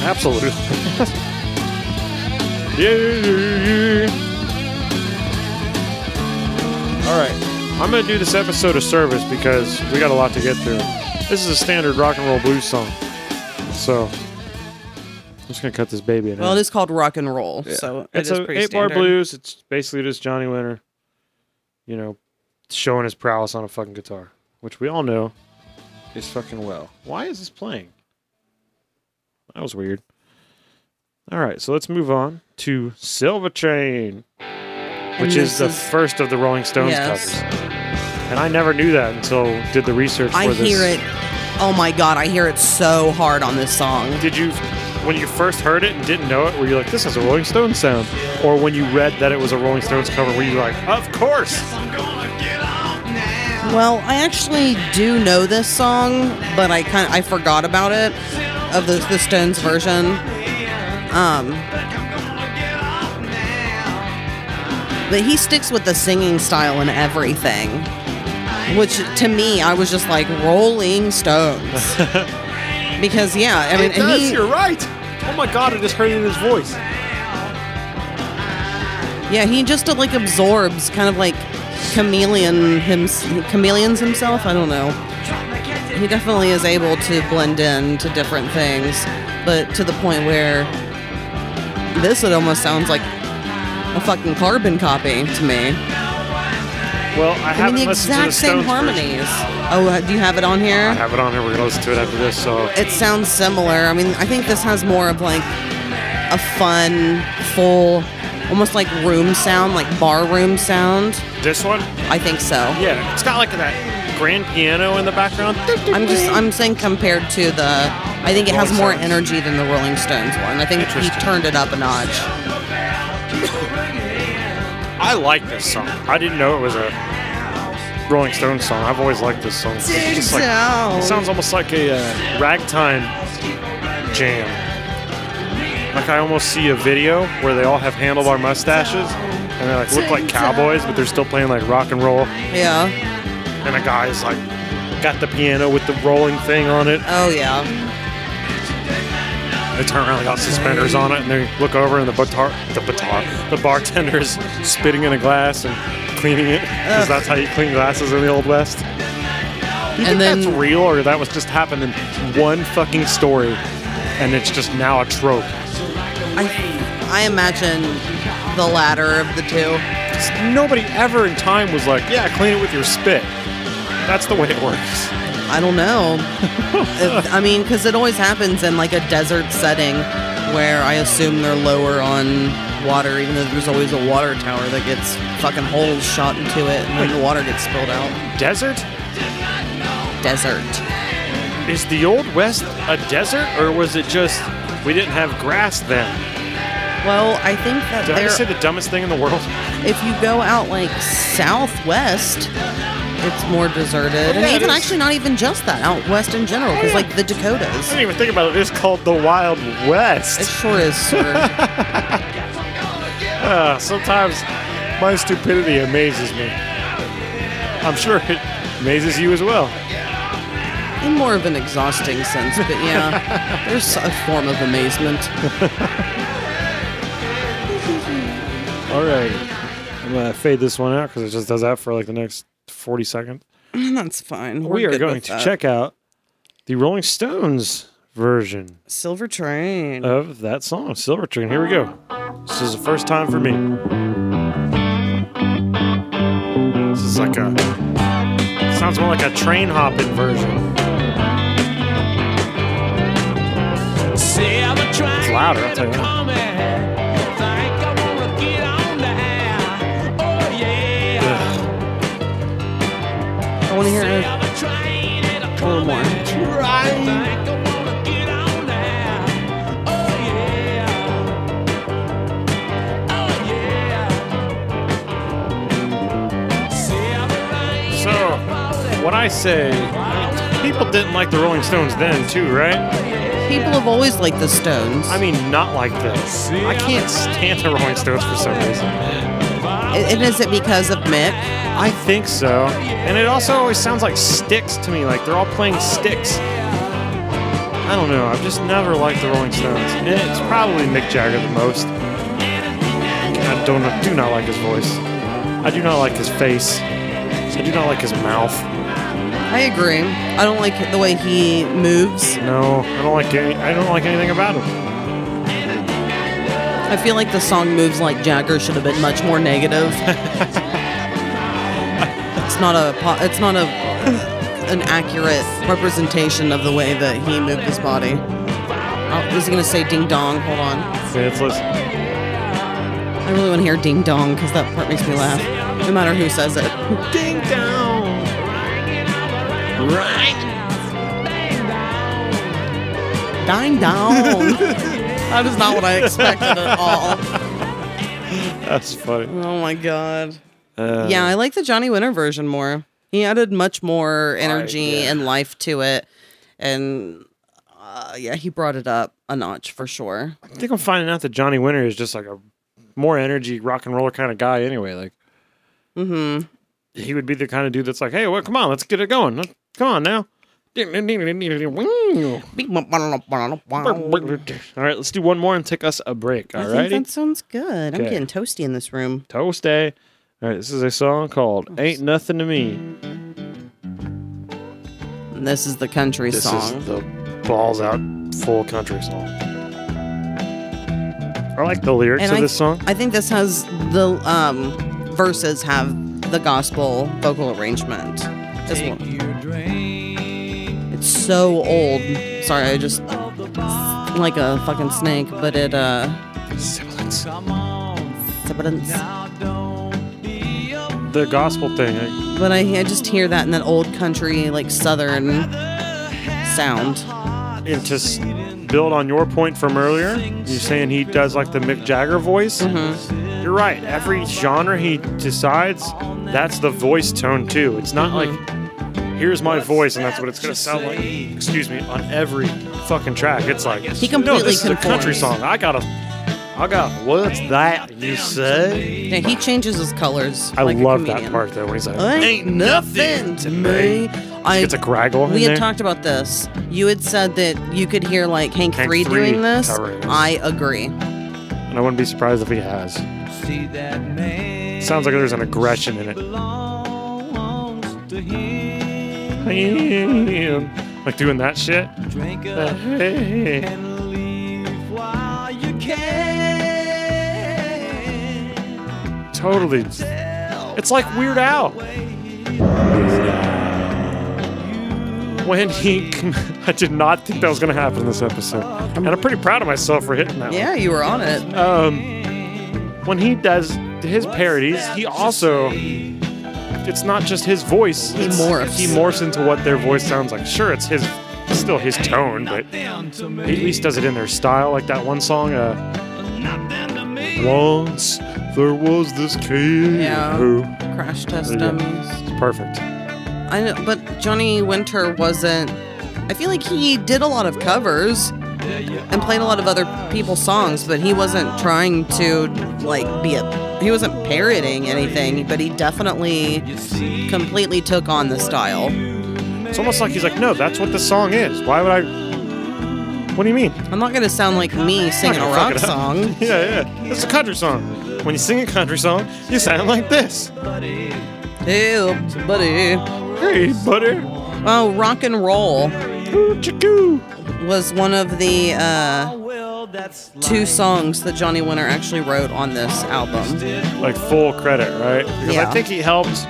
Speaker 5: absolutely. yeah, yeah, yeah, yeah. All right, I'm going to do this episode of service because we got a lot to get through. This is a standard rock and roll blues song. So I'm just going to cut this baby in.
Speaker 4: Well, it
Speaker 5: half.
Speaker 4: is called rock and roll, so it
Speaker 5: it's
Speaker 4: is
Speaker 5: a
Speaker 4: pretty
Speaker 5: eight bar
Speaker 4: standard.
Speaker 5: blues. It's basically just Johnny Winter, you know, showing his prowess on a fucking guitar, which we all know is fucking well. Why is this playing? That was weird. All right, so let's move on to Silver Chain, which
Speaker 4: this
Speaker 5: is the
Speaker 4: is-
Speaker 5: first of the Rolling Stones
Speaker 4: Yes.
Speaker 5: covers. And I never knew that until did the research for
Speaker 4: I
Speaker 5: this.
Speaker 4: hear it. Oh my god, I hear it so hard on this song.
Speaker 5: Did you, when you first heard it and didn't know it, were you like, this is a Rolling Stones sound? Or when you read that it was a Rolling Stones cover, were you like, of course?
Speaker 4: Well, I actually do know this song, but I kind of I forgot about it of the the Stones version. Um, but he sticks with the singing style and everything, which to me I was just like Rolling Stones. Because yeah, I mean, and he,
Speaker 5: right. Oh my god, I just heard it in his voice.
Speaker 4: yeah, he just uh, like absorbs, kind of like chameleon him, chameleons himself. I don't know. he definitely is able to blend in to different things, but to the point where this it almost sounds like a fucking carbon copy to me.
Speaker 5: Well, I
Speaker 4: I
Speaker 5: haven't
Speaker 4: mean the
Speaker 5: listened to the
Speaker 4: exact same
Speaker 5: Stones version.
Speaker 4: harmonies. Oh, uh, do you have it on
Speaker 5: I
Speaker 4: here?
Speaker 5: have it on here. We're gonna listen to it after this. So
Speaker 4: It sounds similar. I mean, I think this has more of like a fun, full, almost like room sound, like bar room sound.
Speaker 5: this one,
Speaker 4: I think so.
Speaker 5: yeah, it's got like that grand piano in the background.
Speaker 4: I'm just I'm saying compared to the I think it has
Speaker 5: Rolling
Speaker 4: more
Speaker 5: Stones.
Speaker 4: energy than the Rolling Stones one. I think he
Speaker 5: Interesting.
Speaker 4: turned it up a notch.
Speaker 5: I like this song. I didn't know it was a Rolling Stones song. I've always liked this song. It's just like- It sounds almost like a uh, ragtime jam. Like I almost see a video where they all have handlebar mustaches and they like look like cowboys, but they're still playing like rock and roll.
Speaker 4: Yeah.
Speaker 5: And a guy's like got the piano with the rolling thing on it.
Speaker 4: Oh yeah.
Speaker 5: They turn around, they got suspenders on it, and they look over and the batar, the batar, the bartender's spitting in a glass and cleaning it because that's how you clean glasses in the old west. Do you
Speaker 4: And
Speaker 5: think that's
Speaker 4: then-
Speaker 5: real, or that was just happened in one fucking story, and it's just now a trope?
Speaker 4: I I imagine the latter of the two.
Speaker 5: Just nobody ever in time was like, "Yeah, clean it with your spit." That's the way it works.
Speaker 4: I don't know. If- I mean, because it always happens in like a desert setting where I assume they're lower on water, even though there's always a water tower that gets fucking holes shot into it and then the water gets spilled out.
Speaker 5: Desert
Speaker 4: Desert.
Speaker 5: is the old west a desert, or was it just we didn't have grass then?
Speaker 4: Well, I think that
Speaker 5: Did I just say
Speaker 4: there,
Speaker 5: the dumbest thing in the world?
Speaker 4: if you go out like southwest, it's more deserted.
Speaker 5: yeah,
Speaker 4: and
Speaker 5: it
Speaker 4: even
Speaker 5: is.
Speaker 4: actually, not even just that, out west in general, because like the Dakotas.
Speaker 5: I didn't even think about it. It's called the Wild
Speaker 4: It
Speaker 5: West.
Speaker 4: sure is, sir.
Speaker 5: Uh, sometimes my stupidity amazes me. I'm sure it amazes you as well.
Speaker 4: In more of an exhausting sense, but yeah, there's a form of amazement.
Speaker 5: All right. I'm going to fade this one out because it just does that for like the next 40 seconds.
Speaker 4: That's fine. We're
Speaker 5: we are
Speaker 4: good
Speaker 5: going
Speaker 4: with
Speaker 5: to
Speaker 4: that.
Speaker 5: check out the Rolling Stones version
Speaker 4: Silver Train.
Speaker 5: of that song, Silver Train. Here we go. This is the first time for me. This is like a. Sounds more like a train hopping version.
Speaker 3: Say I'm a trying
Speaker 5: It's louder, I'll tell you
Speaker 3: to
Speaker 5: what.
Speaker 3: come at. Think I wanna get on the air. Oh yeah.
Speaker 4: I want to hear
Speaker 3: Say
Speaker 4: it.
Speaker 3: I'm a trying to
Speaker 4: little
Speaker 3: come
Speaker 4: more.
Speaker 3: at. Think I wanna get on the air. Oh yeah. Oh yeah. Say I'm a trying
Speaker 5: So,
Speaker 3: to
Speaker 5: When I say people didn't like the Rolling Stones then, too, right?
Speaker 4: People have always liked the Stones.
Speaker 5: I mean, not like this. I can't stand the Rolling Stones for some reason.
Speaker 4: and is it because of Mick?
Speaker 5: I think so. And it also always sounds like sticks to me, like they're all playing sticks. I don't know. I've just never liked the Rolling Stones. And It's probably Mick Jagger the most. I don't do not like his voice. I do not like his face. I do not like his mouth.
Speaker 4: I agree. I don't like the way he moves.
Speaker 5: No, I don't like any, I don't like anything about him.
Speaker 4: I feel like the song moves like Jagger should have been much more negative. it's not a po- it's not a an accurate representation of the way that he moved his body. Oh, was he gonna say ding dong? Hold on.
Speaker 5: See, it's listen.
Speaker 4: I really want to hear ding dong because that part makes me laugh. No matter who says it.
Speaker 5: Ding dong. Right.
Speaker 4: Ding dong. that is not what I expected at all.
Speaker 5: That's funny.
Speaker 4: Oh my god.
Speaker 5: Uh,
Speaker 4: Yeah, I like the Johnny Winter version more. He added much more energy
Speaker 5: yeah.
Speaker 4: and life to it, and uh, yeah, he brought it up a notch for sure.
Speaker 5: I think I'm finding out that Johnny Winter is just like a more energy rock and roller kind of guy. Anyway, like
Speaker 4: hmm
Speaker 5: he would be the kind of dude that's like, hey, well, come on, let's get it going. Let's- Come on now. All right, let's do one more and take us a break. All
Speaker 4: I think
Speaker 5: righty.
Speaker 4: that sounds good. I'm
Speaker 5: Okay.
Speaker 4: getting toasty in this room.
Speaker 5: Toast Day. All right, this is a song called Ain't Nothing to Me.
Speaker 4: This is the country
Speaker 5: This
Speaker 4: song.
Speaker 5: is the balls out full country song. I like the lyrics
Speaker 4: And
Speaker 5: of
Speaker 4: I-
Speaker 5: this song.
Speaker 4: I think this has the um, verses have the gospel vocal arrangement. This one. It's so old. Sorry, I just like a fucking snake, but it uh. Sibilance.
Speaker 5: The gospel thing. I-
Speaker 4: But I, I just hear that in that old country, like southern sound.
Speaker 5: And to s- build on your point from earlier, you're saying he does like the Mick Jagger voice.
Speaker 4: Mm-hmm.
Speaker 5: You're right. Every genre he decides, that's the voice tone too. It's not
Speaker 4: Mm-hmm.
Speaker 5: like, here's my voice and that's what it's going to sound like. Excuse me, on every fucking track. It's like,
Speaker 4: He completely
Speaker 5: no, this is a country
Speaker 4: conforms.
Speaker 5: song. I got to, I got, what's that you say?
Speaker 4: Yeah, he changes his colors.
Speaker 5: I
Speaker 4: like a
Speaker 5: love that
Speaker 4: comedian.
Speaker 5: part though when he's like,
Speaker 4: Ain't,
Speaker 5: ain't
Speaker 4: nothing to me. I,
Speaker 5: It's a graggle in
Speaker 4: we had
Speaker 5: there.
Speaker 4: talked about this. You had said that you could hear like Hank,
Speaker 5: Hank
Speaker 4: 3
Speaker 5: Three
Speaker 4: doing this.
Speaker 5: covering it.
Speaker 4: I agree.
Speaker 5: and I wouldn't be surprised if he has.
Speaker 3: See that man
Speaker 5: Sounds like there's an aggression in it.
Speaker 3: belongs to him.
Speaker 5: Like doing that shit.
Speaker 3: Drink
Speaker 5: Uh,
Speaker 3: up
Speaker 5: hey.
Speaker 3: and leave while you can.
Speaker 5: Totally. It's like Weird Al. When he, I did not think that was going to happen this episode, and I'm pretty proud of myself for hitting that.
Speaker 4: Yeah, you were on it.
Speaker 5: One. Um, when he does his parodies, he also, it's not just his voice. He
Speaker 4: morphs.
Speaker 5: He morphs into what their voice sounds like. Sure, it's his, it's still his tone, but
Speaker 3: Down to
Speaker 5: he at
Speaker 3: me.
Speaker 5: least does it in their style. Like that one song. Uh,
Speaker 3: Nothing to me.
Speaker 5: Once there was this kid
Speaker 4: Yeah.
Speaker 5: who.
Speaker 4: Crash test
Speaker 5: Yeah.
Speaker 4: dummies.
Speaker 5: Perfect.
Speaker 4: I know, but Johnny Winter wasn't. I feel like he did a lot of covers and played a lot of other people's songs, but he wasn't trying to like be a. He wasn't parroting anything, but he definitely completely took on the style.
Speaker 5: It's almost like he's like, no, that's what the song is. Why would I? What do you mean?
Speaker 4: I'm not gonna sound like me singing a
Speaker 5: gonna fuck
Speaker 4: rock
Speaker 5: it up.
Speaker 4: song.
Speaker 5: Yeah, yeah. It's a country song. When you sing a country song, you sound like this.
Speaker 4: Ew, buddy.
Speaker 5: Hey, butter.
Speaker 4: Oh, rock and roll
Speaker 5: Ooh, chicoo.
Speaker 4: was one of the uh,
Speaker 3: Well, that's
Speaker 4: two songs that Johnny Winter actually wrote on this album.
Speaker 5: Like full credit, right? Because
Speaker 4: Yeah.
Speaker 5: I think he helped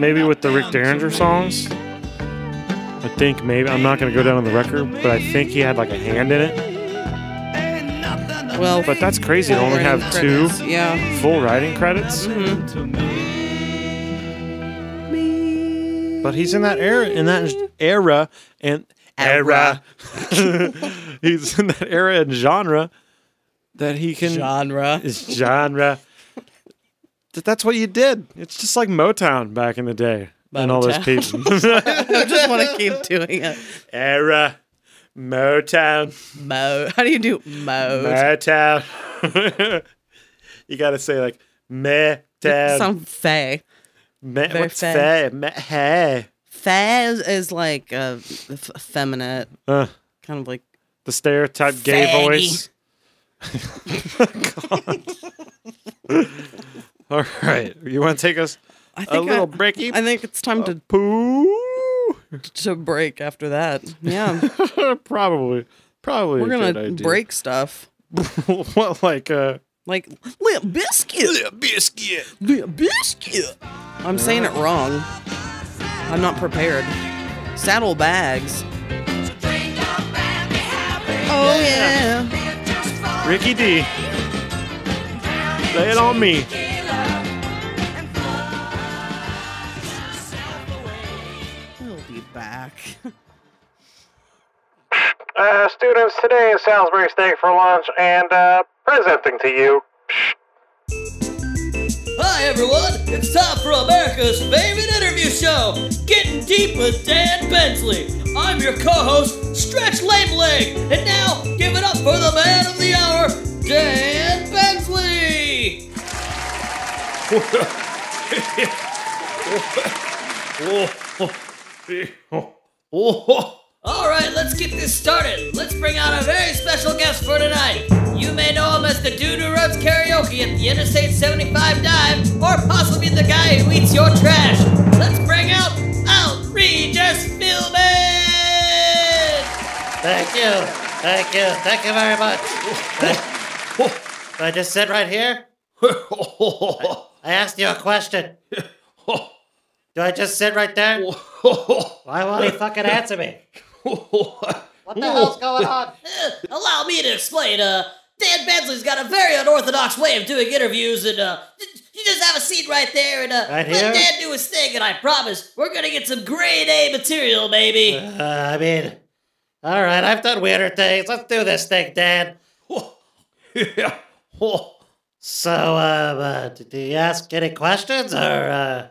Speaker 5: maybe with the Rick Derringer songs. I think maybe I'm not gonna go down on the record, but I think he had like a hand in it.
Speaker 4: Well,
Speaker 5: But that's crazy to only have two
Speaker 4: credits, Yeah.
Speaker 5: full writing credits. But he's in that era, in that era, and era. he's in that era and genre that he can
Speaker 4: genre.
Speaker 5: is genre. That- That's what you did. It's just like Motown back in the day, and all those people.
Speaker 4: I just want to keep doing it.
Speaker 5: era, Motown,
Speaker 4: Mo. How do you do mo?
Speaker 5: Motown. you gotta say like Motown,
Speaker 4: Some fey.
Speaker 5: me-
Speaker 4: very
Speaker 5: what's
Speaker 4: fast.
Speaker 5: fe- me- hey.
Speaker 4: Fey is, is like a f- effeminate,
Speaker 5: Uh,
Speaker 4: kind of like
Speaker 5: the stereotype gay
Speaker 4: Faggy.
Speaker 5: voice. God. All right, you want to take us
Speaker 4: I
Speaker 2: a
Speaker 4: think
Speaker 2: little
Speaker 4: I,
Speaker 2: breaky
Speaker 4: I think it's time
Speaker 5: Oh.
Speaker 4: to
Speaker 2: poo.
Speaker 4: to break after that. Yeah,
Speaker 2: probably, probably.
Speaker 4: we're
Speaker 2: a good
Speaker 4: gonna
Speaker 2: idea.
Speaker 4: break stuff
Speaker 2: what like uh?
Speaker 4: like Limp Biscuit.
Speaker 2: biscuit.
Speaker 4: Limp Biscuit. I'm saying it wrong. I'm not prepared. Saddlebags. Oh yeah.
Speaker 2: Ricky D. Lay it on me.
Speaker 4: We'll be back.
Speaker 6: Uh, students, today is Salisbury steak for lunch, and uh, presenting to you.
Speaker 7: Hi, everyone. It's time for America's favorite interview show, Getting Deep with Dan Bensley. I'm your co-host, Stretch Lameleg, and now give it up for the man of the hour, Dan Bensley.
Speaker 2: Oh.
Speaker 7: All right, let's get this started. Let's bring out a very special guest for tonight. You may know him as the dude who runs karaoke at the Interstate 75 dive, or possibly the guy who eats your trash. Let's bring out Outrageous Philbin!
Speaker 5: Thank you. Thank you. Thank you very much.
Speaker 2: Oh.
Speaker 5: I just sit right here? I asked you a question. Do I just sit right there? Why won't he fucking answer me? What the hell's going on?
Speaker 7: Allow me to explain. Uh, Dan Bensley's got a very unorthodox way of doing interviews, and uh, j- you just have a seat right there and uh,
Speaker 5: Right
Speaker 7: let
Speaker 5: here?
Speaker 7: Dan do his thing. And I promise we're gonna get some grade A material, baby.
Speaker 5: Uh, I mean, all right, I've done weirder things. Let's do this thing, Dan. So, um, uh, did you ask any questions or?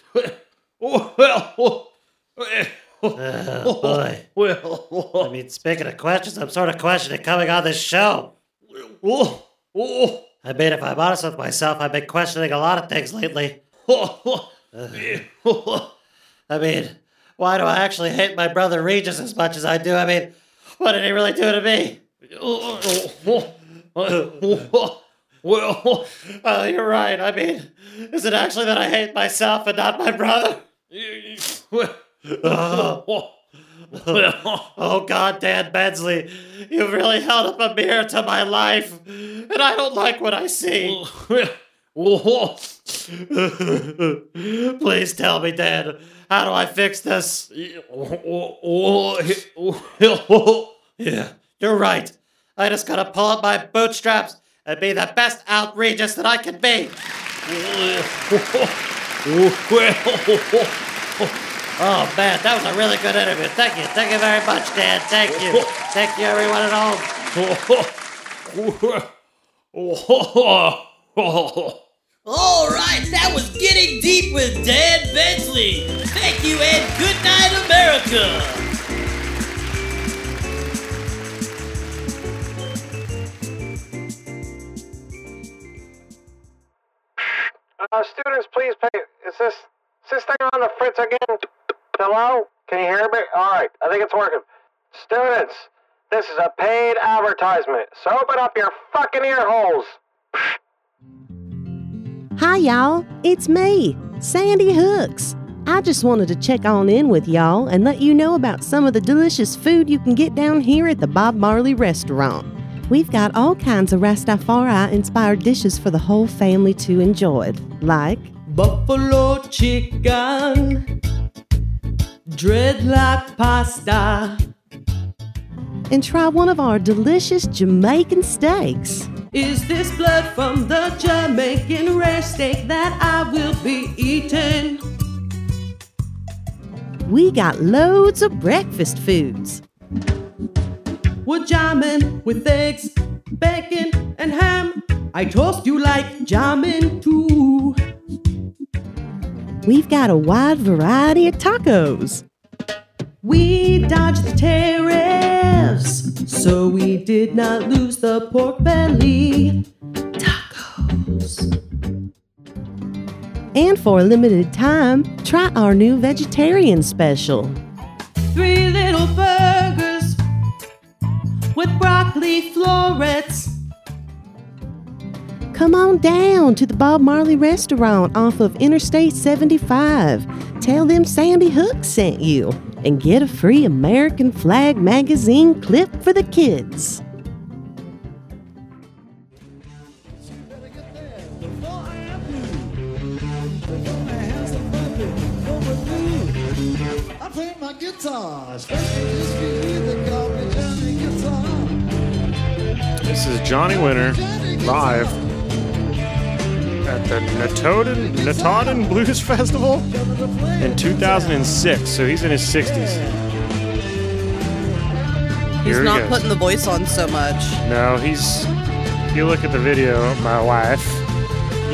Speaker 5: Uh... Oh, boy. I mean, speaking of questions, I'm sort of questioning coming on this show. I mean, if I'm honest with myself, I've been questioning a lot of things lately. I mean, why do I actually hate my brother Regis as much as I do? I mean, what did he really do to me? Oh, you're right. I mean, is it actually that I hate myself and not my brother? Oh, oh God, Dan Bensley, you've really held up a mirror to my life, and I don't like what I see. Please tell me, Dan, how do I fix this? Yeah, you're right. I just gotta pull up my bootstraps and be the best outrageous that I can be. Oh man, that was a really good interview. Thank you. Thank you very much, Dan. Thank you. Thank you, everyone at home.
Speaker 7: All right, that was Getting Deep with Dan Bensley. Thank you, and good night, America.
Speaker 6: Uh, students, please pay. Is this is this thing on the fritz again? Hello? Can you hear me? All right, I think it's working. Students, this is a paid advertisement, so open up your fucking ear holes.
Speaker 8: Hi, y'all. It's me, Sandy Hooks. I just wanted to check on in with y'all and let you know about some of the delicious food you can get down here at the Bob Marley restaurant. We've got all kinds of Rastafari inspired dishes for the whole family to enjoy, like
Speaker 9: Buffalo chicken, dreadlock pasta.
Speaker 8: and try one of our delicious Jamaican steaks.
Speaker 9: Is this blood from the Jamaican rare steak that I will be eating?
Speaker 8: We got loads of breakfast foods.
Speaker 9: We're jamming with eggs, bacon, and ham. I toast you like jamming too.
Speaker 8: We've got a wide variety of tacos.
Speaker 9: We dodged the tariffs, so we did not lose the pork belly.
Speaker 8: And for a limited time, try our new vegetarian special.
Speaker 9: Three little burgers with broccoli florets.
Speaker 8: Come on down to the Bob Marley restaurant off of Interstate 75. Tell them Sandy Hook sent you and get a free American flag magazine clip for the kids.
Speaker 10: I play my guitar, especially this kid that call me Johnny Guitar.
Speaker 5: This is Johnny Winter live at the Natoden, Natoden Blues Festival in 2006. So he's in his 60s.
Speaker 4: He's
Speaker 5: Here he
Speaker 4: not
Speaker 5: goes.
Speaker 4: putting the voice on so much.
Speaker 5: No, he's. If you look at the video, of my wife,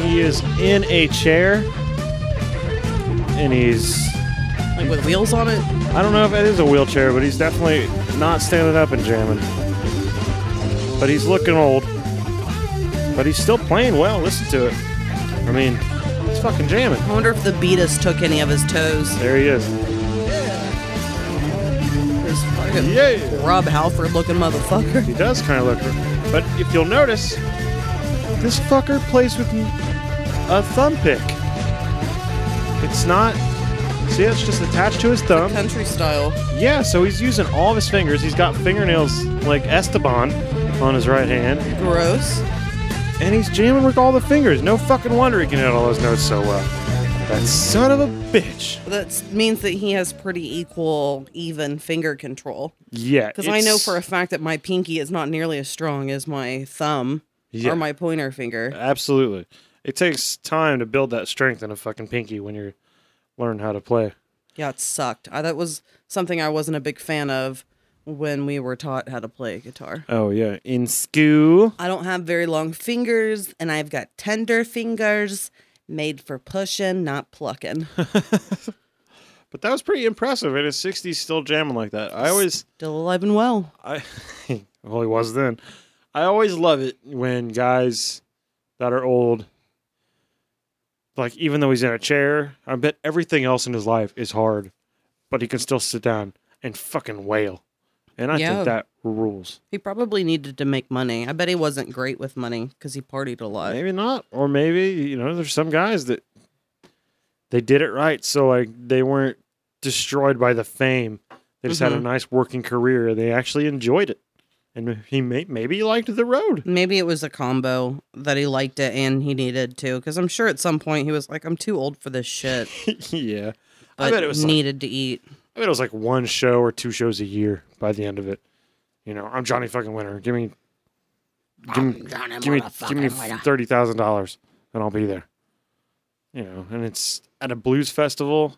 Speaker 5: he is in a chair and he's.
Speaker 4: Like with wheels on it.
Speaker 5: I don't know if it is a wheelchair, but he's definitely not standing up and jamming. But he's looking old. But he's still playing well. Listen to it. I mean, he's fucking jamming.
Speaker 4: I wonder if the beatus took any of his toes.
Speaker 5: There he is.
Speaker 4: This fucking
Speaker 5: Yeah.
Speaker 4: Rob Halford looking motherfucker.
Speaker 5: He does kind of look. But if you'll notice, this fucker plays with a thumb pick. It's not. See, it's just attached to his thumb.
Speaker 4: Country style.
Speaker 5: Yeah, so he's using all of his fingers. He's got fingernails like Esteban on his right hand.
Speaker 4: Gross.
Speaker 5: and he's jamming with all the fingers. No fucking wonder he can hit all those notes so well. That son of a bitch.
Speaker 4: That means that he has pretty equal, even finger control.
Speaker 5: Yeah,
Speaker 4: Because I know
Speaker 5: it's-
Speaker 4: for a fact that my pinky is not nearly as strong as my thumb
Speaker 5: Yeah.
Speaker 4: or my pointer finger.
Speaker 5: absolutely. It takes time to build that strength in a fucking pinky when you're learn how to play.
Speaker 4: Yeah, it sucked. I, that was something I wasn't a big fan of when we were taught how to play guitar.
Speaker 5: Oh yeah, in school.
Speaker 4: I don't have very long fingers, and I've got tender fingers made for pushing, not plucking.
Speaker 5: But that was pretty impressive. In his sixties, still jamming like that. I always,
Speaker 4: Still alive and well.
Speaker 5: I, well, he was then. I always love it when guys that are old, like even though he's in a chair, I bet everything else in his life is hard, but he can still sit down and fucking wail. And I
Speaker 4: Yeah.
Speaker 5: think that rules.
Speaker 4: He probably needed to make money. I bet he wasn't great with money because he partied a lot.
Speaker 5: Maybe not, or maybe you know, there's some guys that they did it right, so like they weren't destroyed by the fame. They just had a
Speaker 4: Mhm.
Speaker 5: nice working career. They actually enjoyed it, and he may, maybe he liked the road.
Speaker 4: Maybe it was a combo that he liked it and he needed to, because I'm sure at some point he was like, "I'm too old for this shit,"
Speaker 5: yeah.
Speaker 4: but
Speaker 5: I bet it was like,
Speaker 4: needed to eat.
Speaker 5: I bet it was like one show or two shows a year by the end of it. You know, I'm Johnny fucking Winter. Give me give me give me, give me thirty thousand dollars and I'll be there. You know, and it's at a blues festival.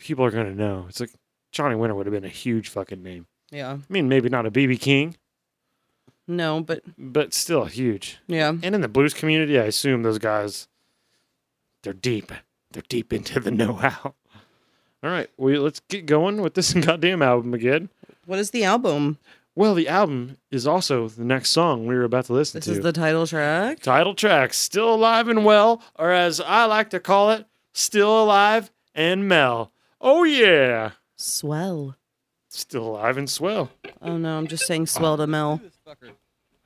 Speaker 5: People are gonna know. It's like Johnny Winter would have been a huge fucking name.
Speaker 4: Yeah,
Speaker 5: I mean, maybe not a BB King,
Speaker 4: no, but
Speaker 5: but still huge.
Speaker 4: yeah,
Speaker 5: And in the blues community, I assume those guys, they're deep. They're deep into the know-how. All right, well, let's get going with this goddamn album again.
Speaker 4: what is the album?
Speaker 5: Well, the album is also the next song we were about to listen
Speaker 4: This
Speaker 5: to.
Speaker 4: is the title track.
Speaker 5: title track, "Still Alive and Well," or as I like to call it, "Still Alive and Mel." Oh yeah,
Speaker 4: Swell.
Speaker 5: still alive and swell.
Speaker 4: Oh no, I'm just saying swell to Mel.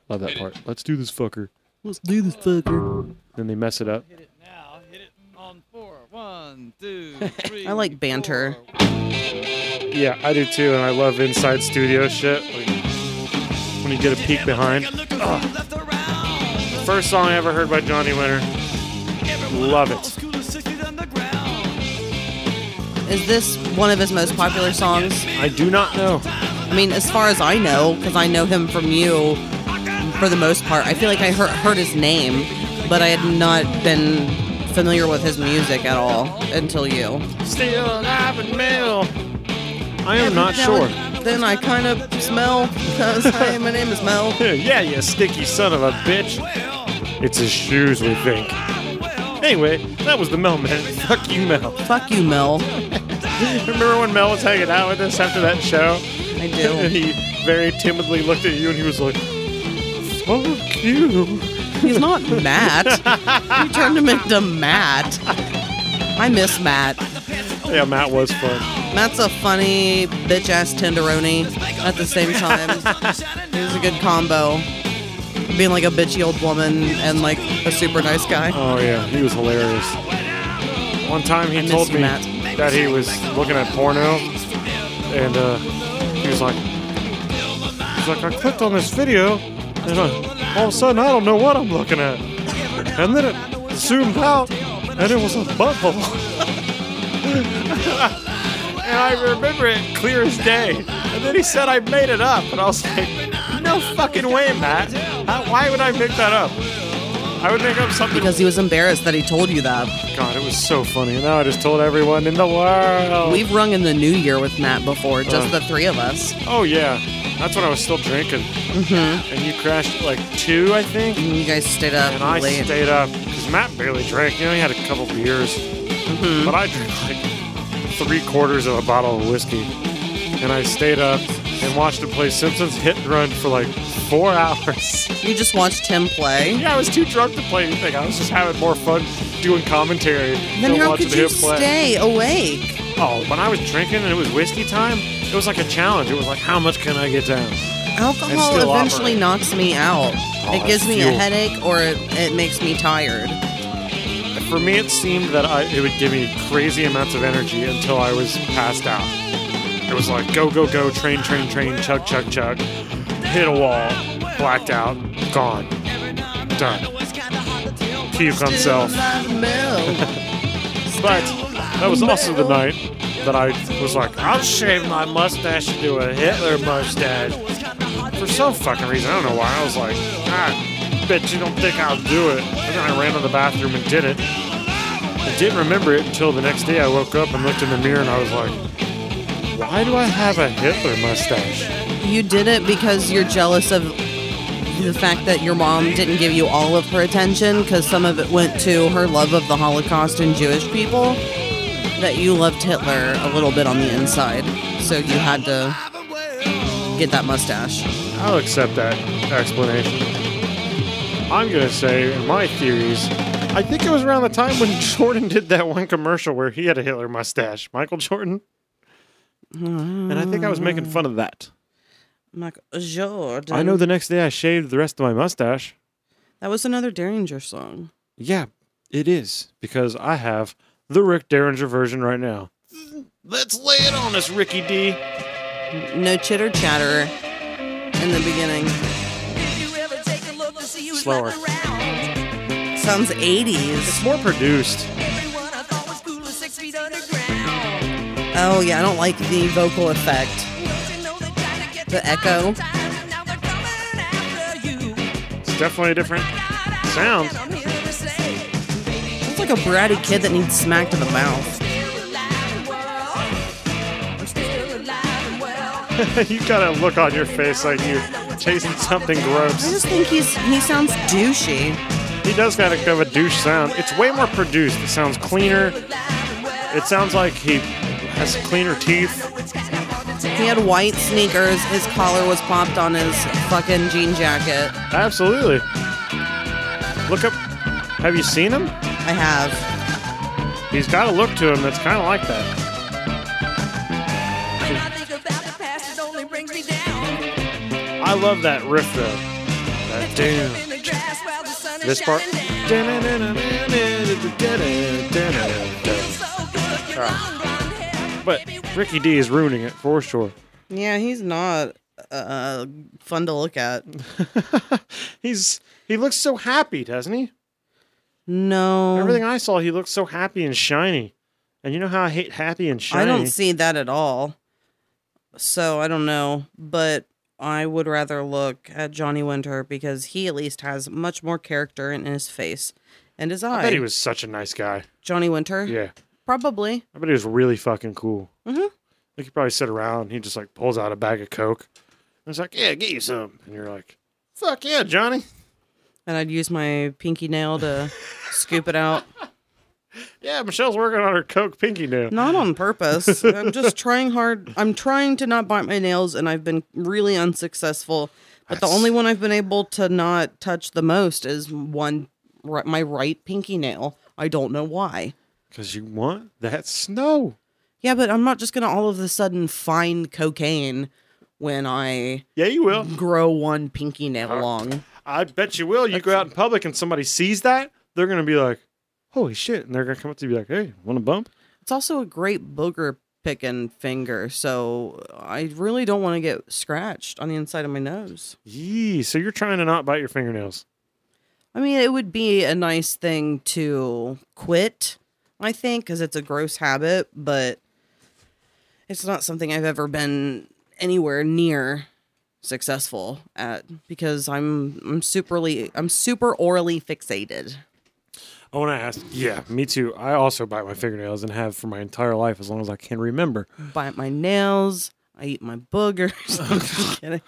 Speaker 5: Love that part. Let's do this fucker.
Speaker 4: Let's do this fucker.
Speaker 5: Then they mess it up.
Speaker 3: Now hit it on four. One, two, three.
Speaker 4: I like banter.
Speaker 5: Yeah, I do too, and I love inside studio shit. Like, when you get a peek behind. First song I ever heard by Johnny Winter. Love it.
Speaker 4: Is this one of his most popular songs?
Speaker 5: I do not know.
Speaker 4: I mean, as far as I know, because I know him from you for the most part. I feel like I heard, heard his name, but I had not been familiar with his music at all until you.
Speaker 5: Still alive and male. I am not sure.
Speaker 4: Then I kind of smell because hi, my name is Mel.
Speaker 5: yeah, you sticky son of a bitch. It's his shoes, we think. Anyway, that was the Mel man. Fuck you, Mel.
Speaker 4: Fuck you, Mel.
Speaker 5: Remember when Mel was hanging out with us after that show?
Speaker 4: I
Speaker 5: And
Speaker 4: do.
Speaker 5: he very timidly looked at you and he was like, fuck you.
Speaker 4: He's not Matt. You turned him into Matt. I miss Matt.
Speaker 5: Yeah, Matt was fun.
Speaker 4: Matt's a funny bitch ass tenderoni at the same time. He's a good combo. being like a bitchy old woman and like a super nice guy.
Speaker 5: Oh yeah, he was hilarious. One time he
Speaker 4: miss
Speaker 5: told
Speaker 4: you,
Speaker 5: me
Speaker 4: Matt.
Speaker 5: that he was looking at porno, and uh, he was like, he's like, I clicked on this video, and uh, all of a sudden I don't know what I'm looking at, and then it zoomed out, and it was a butthole. and I remember it clear as day. And then he said I made it up, and I was like, no fucking way, Matt. How, why would I make that up? I would make up something
Speaker 4: Because he was embarrassed that he told you that.
Speaker 5: God, it was so funny. And now I just told everyone in the world.
Speaker 4: We've rung in the new year with Matt before, just
Speaker 5: Uh.
Speaker 4: the three of us.
Speaker 5: oh, yeah. That's when I was still drinking.
Speaker 4: hmm
Speaker 5: And you crashed at like 2, I think.
Speaker 4: And you guys stayed up
Speaker 5: And I
Speaker 4: late.
Speaker 5: stayed up. Because Matt barely drank. You know, he had a couple beers.
Speaker 4: Mm-hmm.
Speaker 5: But I drank like three quarters of a bottle of whiskey. And I stayed up and watched him play Simpsons Hit and Run for like four hours.
Speaker 4: You just watched him play.
Speaker 5: yeah, I was too drunk to play anything. I was just having more fun doing commentary
Speaker 4: Then
Speaker 5: than
Speaker 4: how
Speaker 5: watching
Speaker 4: could you
Speaker 5: him play.
Speaker 4: stay awake?
Speaker 5: Oh, when I was drinking and it was whiskey time, it was like a challenge. It was like, how much can I get down?
Speaker 4: Alcohol
Speaker 5: still
Speaker 4: eventually
Speaker 5: operate.
Speaker 4: knocks me out. it
Speaker 5: that's
Speaker 4: gives me a
Speaker 5: fuel.
Speaker 4: headache or it, it makes me tired.
Speaker 5: For me, it seemed that I, it would give me crazy amounts of energy until I was passed out. It was like, go, go, go, train, train, train, chug, chug, chug, hit a wall, blacked out, gone, done. Puke on self. But that was also the night that I was like, I'll shave my mustache into a Hitler mustache. For some fucking reason, I don't know why. I was like, ah, bet you don't think I'll do it. And then I ran to the bathroom and did it. I didn't remember it until the next day I woke up and looked in the mirror and I was like, why do I have a Hitler mustache?
Speaker 4: You did it because you're jealous of the fact that your mom didn't give you all of her attention because some of it went to her love of the Holocaust and Jewish people. That you loved Hitler a little bit on the inside. So you had to get that mustache.
Speaker 5: I'll accept that explanation. I'm gonna say, in my theories, I think it was around the time when Jordan did that one commercial where he had a Hitler mustache, Michael Jordan. And I think I was making fun of that.
Speaker 4: Michael Jordan.
Speaker 5: I know the next day I shaved the rest of my mustache.
Speaker 4: That was another Derringer song.
Speaker 5: Yeah, it is because I have the Rick Derringer version right now. Let's lay it on us, Ricky D.
Speaker 4: No chitter chatter in the beginning.
Speaker 5: Slower.
Speaker 4: Sounds
Speaker 5: It's
Speaker 4: 80s.
Speaker 5: more produced.
Speaker 4: Oh, yeah, I don't like the vocal effect. The echo.
Speaker 5: It's definitely a different sound.
Speaker 4: It's like a bratty kid that needs smacked in the mouth.
Speaker 5: you got a look on your face like you're chasing something
Speaker 4: I
Speaker 5: gross.
Speaker 4: just think he's he sounds douchey.
Speaker 5: He does kind of have a douche sound. It's way more produced. It sounds cleaner. It sounds like he has cleaner teeth.
Speaker 4: He had white sneakers. His collar was popped on his fucking jean jacket.
Speaker 5: Absolutely. Look up. Have you seen him?
Speaker 4: I have.
Speaker 5: He's got a look to him that's kind of like that. I love that riff though. That damn. This part. But Ricky D is ruining it for sure.
Speaker 4: Yeah, he's not uh, fun to look at.
Speaker 5: He's he looks so happy, doesn't he?
Speaker 4: No,
Speaker 5: Everything I saw, he looked so happy and shiny. And you know how I hate happy and shiny.
Speaker 4: I don't see that at all. So I don't know, but I would rather look at Johnny Winter because he at least has much more character in his face and his eye.
Speaker 5: I bet he was such a nice guy.
Speaker 4: Johnny Winter.
Speaker 5: Yeah,
Speaker 4: Probably.
Speaker 5: I bet he was really fucking cool.
Speaker 4: Mhm.
Speaker 5: Like he probably sit around and he just like pulls out a bag of coke. And it's like, yeah, get you some. And you're like, fuck yeah, Johnny.
Speaker 4: And I'd use my pinky nail to scoop it out.
Speaker 5: Yeah, Michelle's working on her coke pinky nail.
Speaker 4: Not on purpose. I'm just trying hard. I'm trying to not bite my nails, and I've been really unsuccessful. But the only one I've been able to not touch the most is one, ri- my right pinky nail. I don't know why.
Speaker 5: Because you want that snow.
Speaker 4: Yeah, but I'm not just gonna all of a sudden find cocaine when I
Speaker 5: Yeah, you will.
Speaker 4: grow one pinky nail long.
Speaker 5: I bet you will. You go out in public and somebody sees that, they're going to be like, holy shit. And they're going to come up to you and be like, hey, want a bump?
Speaker 4: It's also a great booger picking finger, so I really don't want to get scratched on the inside of my nose.
Speaker 5: Yee. So you're trying to not bite your fingernails.
Speaker 4: I mean, it would be a nice thing to quit, I think, because it's a gross habit, but it's not something I've ever been anywhere near successful at because I'm I'm superly I'm super orally fixated.
Speaker 5: I want to ask. Yeah, me too. I also bite my fingernails and have for my entire life as long as I can remember.
Speaker 4: Bite my nails, I eat my boogers. I'm just kidding.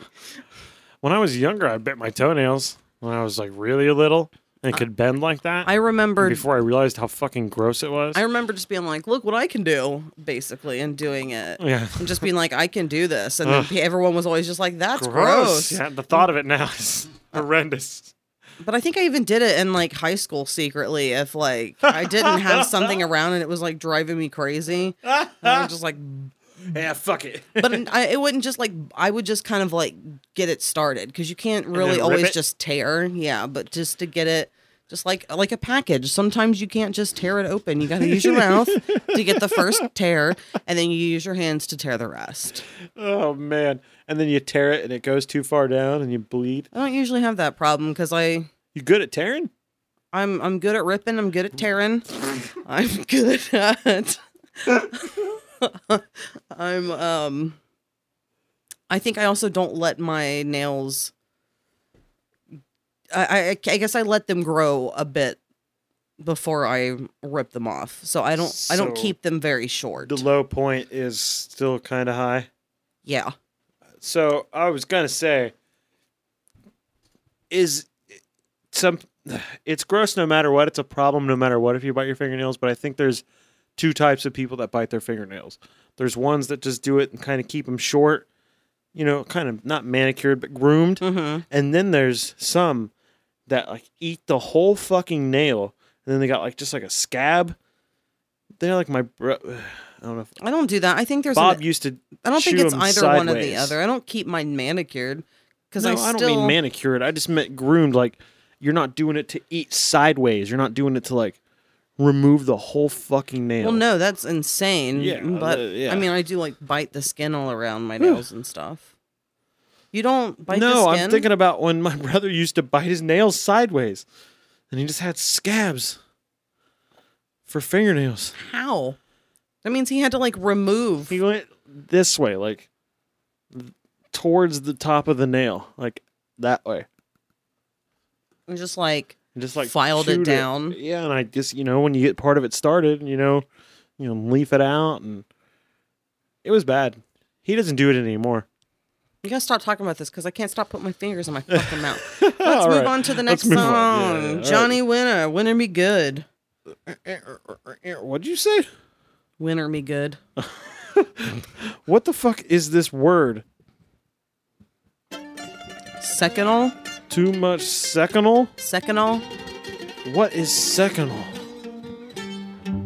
Speaker 5: When I was younger, I bit my toenails when I was like really little and could bend like that.
Speaker 4: I remembered
Speaker 5: before I realized how fucking gross it was.
Speaker 4: I remember just being like, look what I can do, basically, and doing it.
Speaker 5: Yeah.
Speaker 4: And just being like, I can do this. And then
Speaker 5: Ugh.
Speaker 4: pe- everyone was always just like, that's gross.
Speaker 5: gross. Yeah, the thought of it now is horrendous.
Speaker 4: But I think I even did it in like high school secretly. If like I didn't have something around and it was like driving me crazy, I would just like,
Speaker 5: Yeah, fuck it.
Speaker 4: but I, it wouldn't just like, I would just kind of like get it started because you can't really
Speaker 5: rip
Speaker 4: always
Speaker 5: it?
Speaker 4: just tear. Yeah. But just to get it, just like like a package. Sometimes you can't just tear it open. You got to use your mouth to get the first tear, and then you use your hands to tear the rest.
Speaker 5: Oh man. And then you tear it and it goes too far down and you bleed.
Speaker 4: I don't usually have that problem because I
Speaker 5: You good at tearing?
Speaker 4: I'm I'm good at ripping. I'm good at tearing. I'm good at. I'm um. I think I also don't let my nails. I, I I guess I let them grow a bit before I rip them off. So I don't I don't
Speaker 5: So-
Speaker 4: keep them very short.
Speaker 5: The low point is still kind of high.
Speaker 4: yeah.
Speaker 5: So I was gonna say, is some it's gross no matter what. It's a problem no matter what if you bite your fingernails. But I think there's two types of people that bite their fingernails. There's ones that just do it and kind of keep them short, you know, kind of not manicured but groomed.
Speaker 4: Mm-hmm.
Speaker 5: And then there's some that like eat the whole fucking nail, and then they got like just like a scab. They're like my bro. I don't know. If,
Speaker 4: I don't do that. I think there's
Speaker 5: Bob
Speaker 4: an,
Speaker 5: used to.
Speaker 4: I don't think
Speaker 5: chew
Speaker 4: it's
Speaker 5: 'em
Speaker 4: either one or the
Speaker 5: sideways.
Speaker 4: other. I don't keep mine manicured because
Speaker 5: no,
Speaker 4: I
Speaker 5: I,
Speaker 4: still
Speaker 5: don't mean manicured. I just meant groomed. Like you're not doing it to eat sideways. You're not doing it to like remove the whole fucking nail.
Speaker 4: Well, no, that's insane.
Speaker 5: Yeah,
Speaker 4: but
Speaker 5: uh, yeah.
Speaker 4: I mean, I do like bite the skin all around my nails and stuff. You don't bite
Speaker 5: no.
Speaker 4: the skin.
Speaker 5: I'm thinking about when my brother used to bite his nails sideways, and he just had scabs for fingernails.
Speaker 4: how. That means he had to like remove.
Speaker 5: He went this way, like towards the top of the nail, like that way.
Speaker 4: and just like
Speaker 5: And just like
Speaker 4: Filed it
Speaker 5: chewed
Speaker 4: down.
Speaker 5: Yeah, and I just you know when you get part of it started, you know, you know, leaf it out, and it was bad. He doesn't do it anymore.
Speaker 4: you gotta stop talking about this because I can't stop putting my fingers in my fucking mouth. Let's
Speaker 5: All
Speaker 4: move
Speaker 5: right.
Speaker 4: on to the next
Speaker 5: Let's move on. Yeah,
Speaker 4: song.
Speaker 5: yeah, all right. Eh,
Speaker 4: Johnny Winner, Winner Me Good,
Speaker 5: What'd you say?
Speaker 4: Winner Me Good.
Speaker 5: What the fuck is this word?
Speaker 4: Second all,
Speaker 5: Too much seconal?
Speaker 4: second all.
Speaker 5: What is seconal?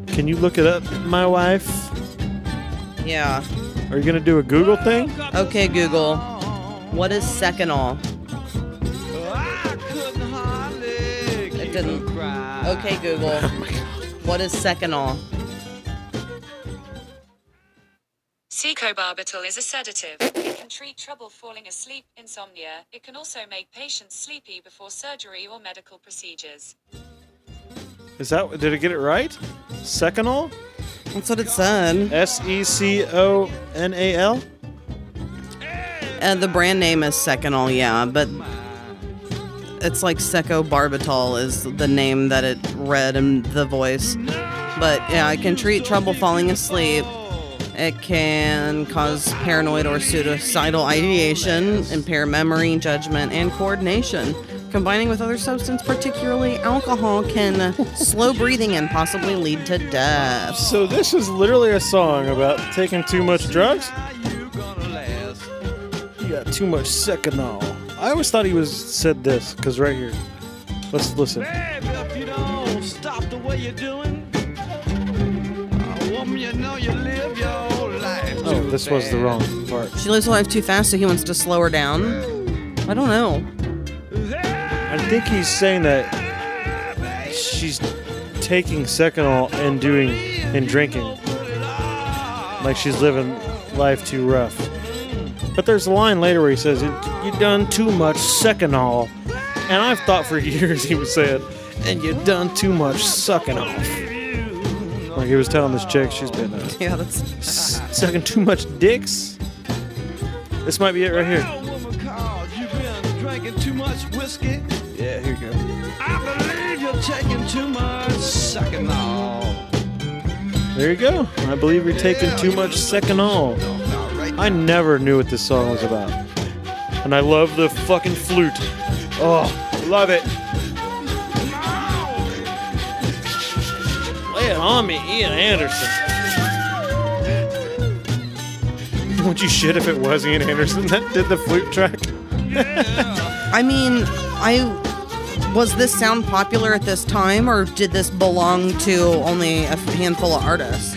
Speaker 5: Can you look it up, my wife?
Speaker 4: Yeah.
Speaker 5: Are you gonna do a Google thing?
Speaker 4: Okay, Google. What is second all? It didn't. Okay, Google.
Speaker 5: Oh
Speaker 4: What is second all?
Speaker 11: Secobarbital is a sedative. It can treat trouble falling asleep, insomnia. It can also make patients sleepy before surgery or medical procedures.
Speaker 5: Is that did I get it right? Seconal?
Speaker 4: That's what it said.
Speaker 5: S E C O N A L?
Speaker 4: Uh, the brand name is second all, yeah, but it's like secobarbital is the name that it read in the voice. But yeah, it can treat trouble falling asleep. It can cause paranoid or suicidal ideation, impair memory, judgment, and coordination. Combining with other substance, particularly alcohol, can slow breathing and possibly lead to death.
Speaker 5: So this is literally a song about taking too much drugs. You got too much Seconal. I always thought he was said this because right here. Let's listen.
Speaker 3: Baby, if you don't stop the way you're doing, uh, woman, you know you live your whole life.
Speaker 5: Oh, this was the wrong part.
Speaker 4: She lives her life too fast, so he wants to slow her down. I don't know.
Speaker 3: Hey,
Speaker 5: I think he's saying that she's taking Seconal and doing and drinking. Like she's living life too rough. But there's a line later where he says, You done too much Seconal. And I've thought for years he was saying, And you done too much sucking off. Like he was telling this chick she's been uh,
Speaker 4: Yeah, that's
Speaker 5: sucking too much dicks. This might be it right here.
Speaker 3: You've been drinking too much whiskey. Yeah, here you go. I believe you're taking too much sucking off.
Speaker 5: There you go. I believe you're taking too much second all. I never knew what this song was about. And I love the fucking flute. Oh, love it. Lay it on me, Ian Anderson. Would you shit if it was Ian Anderson that did the flute track?
Speaker 4: I mean, I was this sound popular at this time, or did this belong to only a handful of artists?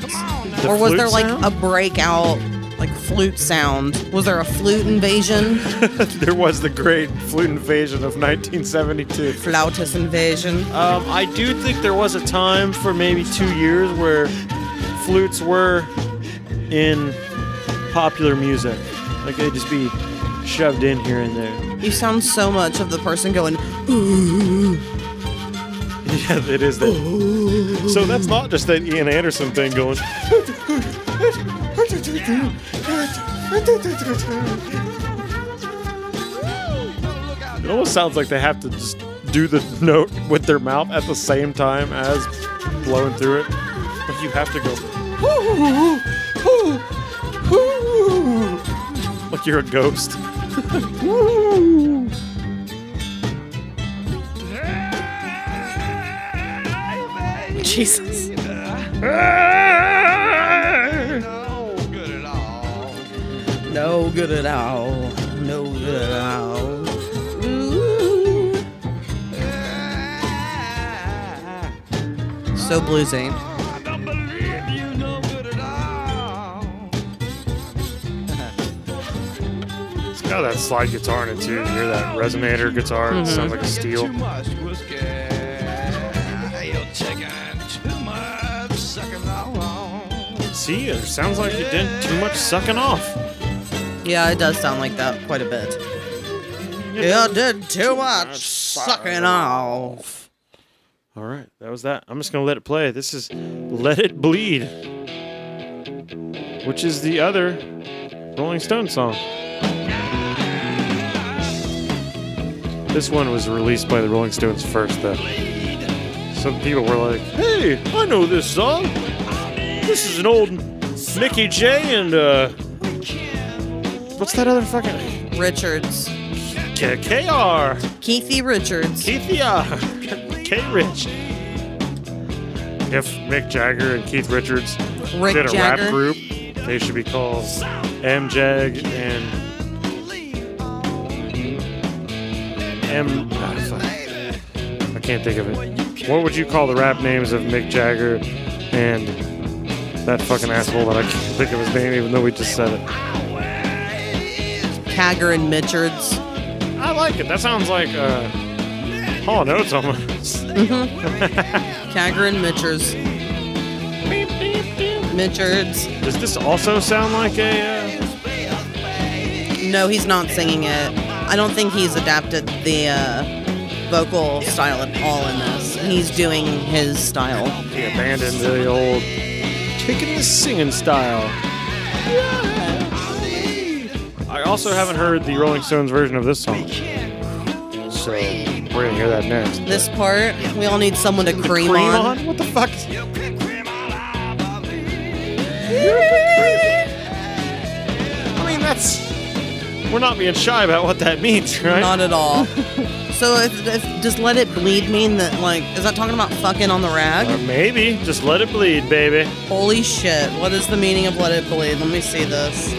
Speaker 5: The
Speaker 4: or was there
Speaker 5: flute
Speaker 4: like
Speaker 5: sound?
Speaker 4: a breakout, like flute sound? Was there a flute invasion?
Speaker 5: there was the great flute invasion of 1972.
Speaker 4: Flautist invasion.
Speaker 5: Um, I do think there was a time for maybe two years where flutes were in popular music. Like they'd just be shoved in here and there.
Speaker 4: You sound so much of the person going, ooh.
Speaker 5: Yeah, it is that. So that's not just that Ian Anderson thing going. It almost sounds like they have to just do the note with their mouth at the same time as blowing through it. Like you have to go like you're a ghost.
Speaker 4: Jesus. No good at all. No good at all. Ooh. So bluesy.
Speaker 5: It's got that slide guitar in it too. You hear that resonator guitar? It
Speaker 3: Mhm.
Speaker 5: sounds like a steel.
Speaker 3: Too much whiskey. You're taking too much sucking off.
Speaker 5: See, it sounds like you did too much sucking off.
Speaker 4: Yeah, it does sound like that quite a bit. You did too much sucking off.
Speaker 5: All right, that was that. I'm just gonna let it play. This is "Let It Bleed," which is the other Rolling Stone song. This one was released by the Rolling Stones first, though. Some people were like, "Hey, I know this song. This is an old Mickey J and uh, what's that other fucking
Speaker 4: Richards.
Speaker 5: K- KR?"
Speaker 4: Keithy Richards.
Speaker 5: Keithy R. K Rich. If Mick Jagger and Keith Richards
Speaker 4: Rick
Speaker 5: did a
Speaker 4: Jagger.
Speaker 5: rap group, they should be called M Jag and M. ah, fuck. I can't think of it. What would you call the rap names of Mick Jagger and that fucking asshole that I can't think of his name, even though we just said it?
Speaker 4: Tagger and Mitchards.
Speaker 5: I like it. That sounds like uh, Hall and Oates almost.
Speaker 4: Tagger and Mitchards. Mitchards.
Speaker 5: Does this also sound like a? Uh,
Speaker 4: No, he's not singing it. I don't think he's adapted the uh, vocal style at all in this. He's doing his style.
Speaker 5: He abandoned the old kicking the singing style. I also haven't heard the Rolling Stones version of this song, so we're gonna hear that next.
Speaker 4: This part, we all need someone to cream,
Speaker 5: cream
Speaker 4: on.
Speaker 5: What the fuck? I mean, that's we're not being shy about what that means, right?
Speaker 4: Not at all. so if, if does let it bleed mean that like is that talking about fucking on the
Speaker 5: Or
Speaker 4: rag?
Speaker 5: maybe just let it bleed, baby.
Speaker 4: Holy shit! What is the meaning of let it bleed? Let me see this.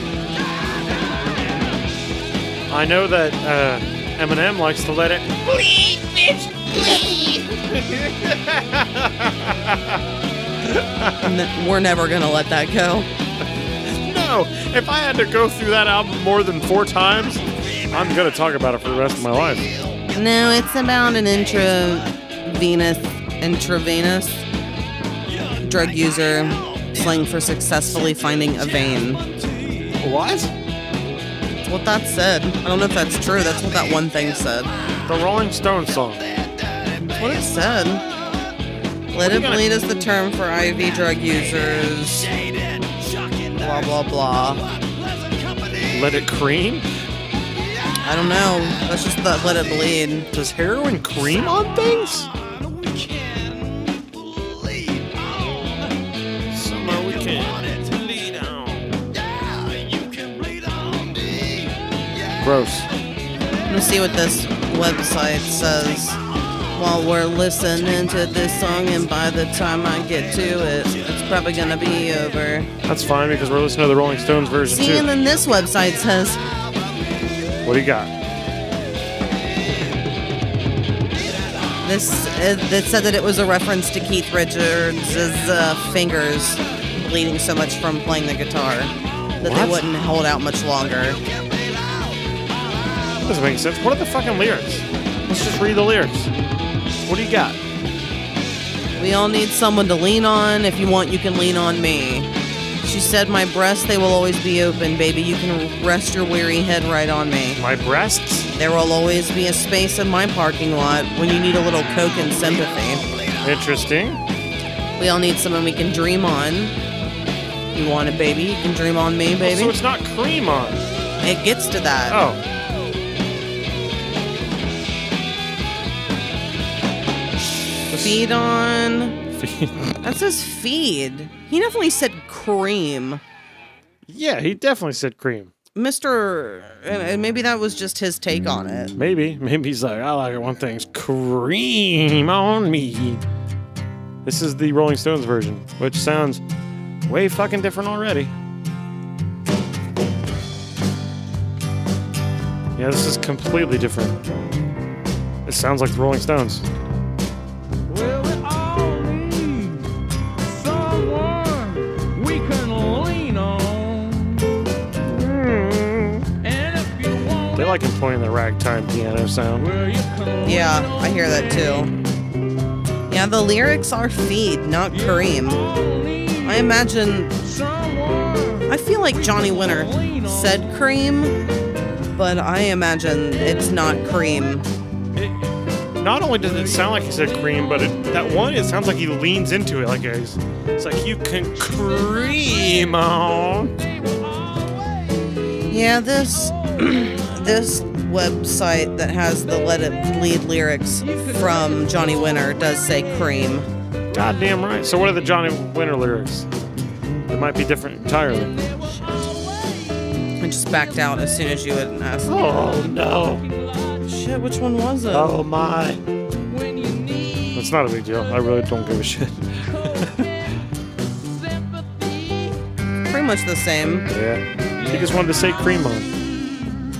Speaker 5: I know that uh, Eminem likes to let it
Speaker 3: Bleed, bitch, bleed.
Speaker 4: N- we're never gonna let that go.
Speaker 5: No, if I had to go through that album more than four times, I'm gonna talk about it for the rest of my life.
Speaker 4: No, it's about an intravenous, intravenous drug user slang for successfully finding a vein.
Speaker 5: What?
Speaker 4: That's what that said. I don't know if that's true. That's what that one thing said.
Speaker 5: The Rolling Stones song.
Speaker 4: That's what it said. Let it bleed is the term for IV drug users. Blah blah blah.
Speaker 5: Let it cream?
Speaker 4: I don't know. That's just the let it bleed.
Speaker 5: Does heroin cream on things? Somehow we can. Gross.
Speaker 4: Let's see what this website says while we're listening to this song, and by the time I get to it, it's probably gonna be over.
Speaker 5: That's fine because we're listening to the Rolling Stones version
Speaker 4: See, and
Speaker 5: too.
Speaker 4: then this website says,
Speaker 5: What do you got?
Speaker 4: This uh, that said that it was a reference to Keith Richards' uh, fingers bleeding so much from playing the guitar that
Speaker 5: What?
Speaker 4: they wouldn't hold out much longer.
Speaker 5: That doesn't make sense. What are the fucking lyrics? Let's just read the lyrics. What do you got?
Speaker 4: We all need someone to lean on. If you want, you can lean on me. She said, My breasts, they will always be open, baby. You can rest your weary head right on me.
Speaker 5: My breasts?
Speaker 4: There will always be a space in my parking lot when you need a little coke and sympathy.
Speaker 5: Interesting.
Speaker 4: We all need someone we can dream on. You want it, baby? You can dream on me, baby.
Speaker 5: So it's not cream on.
Speaker 4: It gets to that.
Speaker 5: Oh,
Speaker 4: Feed on. That says feed. He definitely said cream.
Speaker 5: yeah, he definitely said cream.
Speaker 4: Mr. and- and Maybe that was just his take on it.
Speaker 5: Maybe. Maybe he's like, I like it when things cream on me. This is the Rolling Stones version, which sounds way fucking different already. Yeah, this is completely different. It sounds like the Rolling Stones.
Speaker 3: Well, we all need someone we can lean on.
Speaker 4: Hmm.
Speaker 3: And if you want,
Speaker 5: They like employing the ragtime piano sound.
Speaker 3: well, you can
Speaker 4: Yeah, I hear that too. Yeah, the lyrics are feed, not cream. I imagine. I feel like Johnny Winter said cream, but I imagine it's not cream.
Speaker 5: Not only does it sound like he said cream, but it, that one, it sounds like he leans into it. Like it's, it's like you can cream on.
Speaker 4: Yeah, this this website that has the "Let It Bleed" lyrics from Johnny Winter does say cream.
Speaker 5: Goddamn right. So what are the Johnny Winter lyrics? They might be different entirely.
Speaker 4: I just backed out as soon as you had asked.
Speaker 5: Oh no.
Speaker 4: Shit, which one was it?
Speaker 5: Oh my. It's not a big deal. I really don't give a shit.
Speaker 4: Pretty much the same.
Speaker 5: Yeah. He just wanted to say cream on.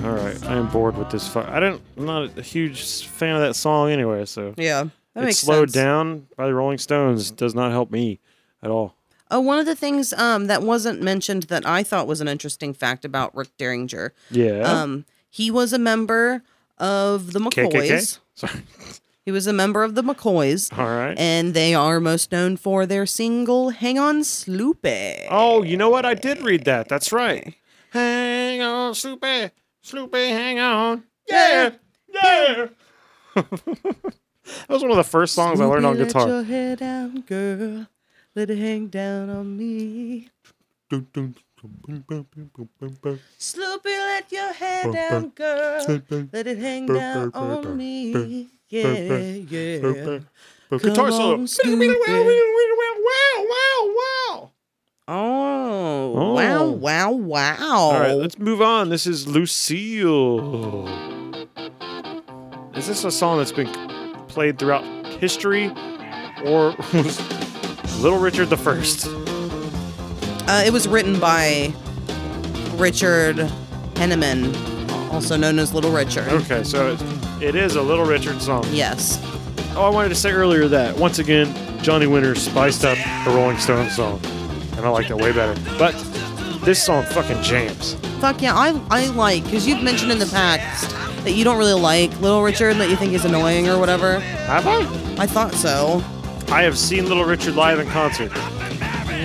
Speaker 5: All right, I am bored with this. Fu- I don't. I'm not a huge fan of that song anyway. So
Speaker 4: Yeah, that
Speaker 5: it's
Speaker 4: makes
Speaker 5: slowed
Speaker 4: sense.
Speaker 5: down by the Rolling Stones. Does not help me at all.
Speaker 4: Oh, one of the things um, that wasn't mentioned that I thought was an interesting fact about Rick Derringer.
Speaker 5: Yeah.
Speaker 4: Um, he was a member of the McCoys.
Speaker 5: KKK. Sorry.
Speaker 4: He was a member of the McCoys,
Speaker 5: All right.
Speaker 4: and they are most known for their single "Hang On, Sloopy."
Speaker 5: Oh, you know what? I did read that. That's right. Hang on, Sloopy. Sloopy, hang on. Yeah. Yeah. that was one of the first songs I learned on
Speaker 4: Let
Speaker 5: guitar.
Speaker 4: your hair down, girl. Let it hang down on me. Sloopy, let your hair down, girl. Let it hang down on me. Yeah, yeah.
Speaker 5: Guitar
Speaker 4: Come
Speaker 5: solo.
Speaker 4: on, Sloopy.
Speaker 5: Wow, wow, wow.
Speaker 4: Oh,
Speaker 5: Oh.
Speaker 4: wow, wow, wow.
Speaker 5: All right, let's move on. This is Lucille. Is this a song that's been played throughout history or was Little Richard the First?
Speaker 4: Uh, it was written by Richard Henneman, also known as Little Richard.
Speaker 5: Okay, so it, it is a Little Richard song.
Speaker 4: Yes.
Speaker 5: Oh, I wanted to say earlier that once again, Johnny Winter spiced up the Rolling Stones song, and I like that way better. But this song fucking jams.
Speaker 4: Fuck yeah, I, I like, because you've mentioned in the past that you don't really like Little Richard, that you think is annoying or whatever?
Speaker 5: Have I?
Speaker 4: I thought so.
Speaker 5: I have seen Little Richard live in concert.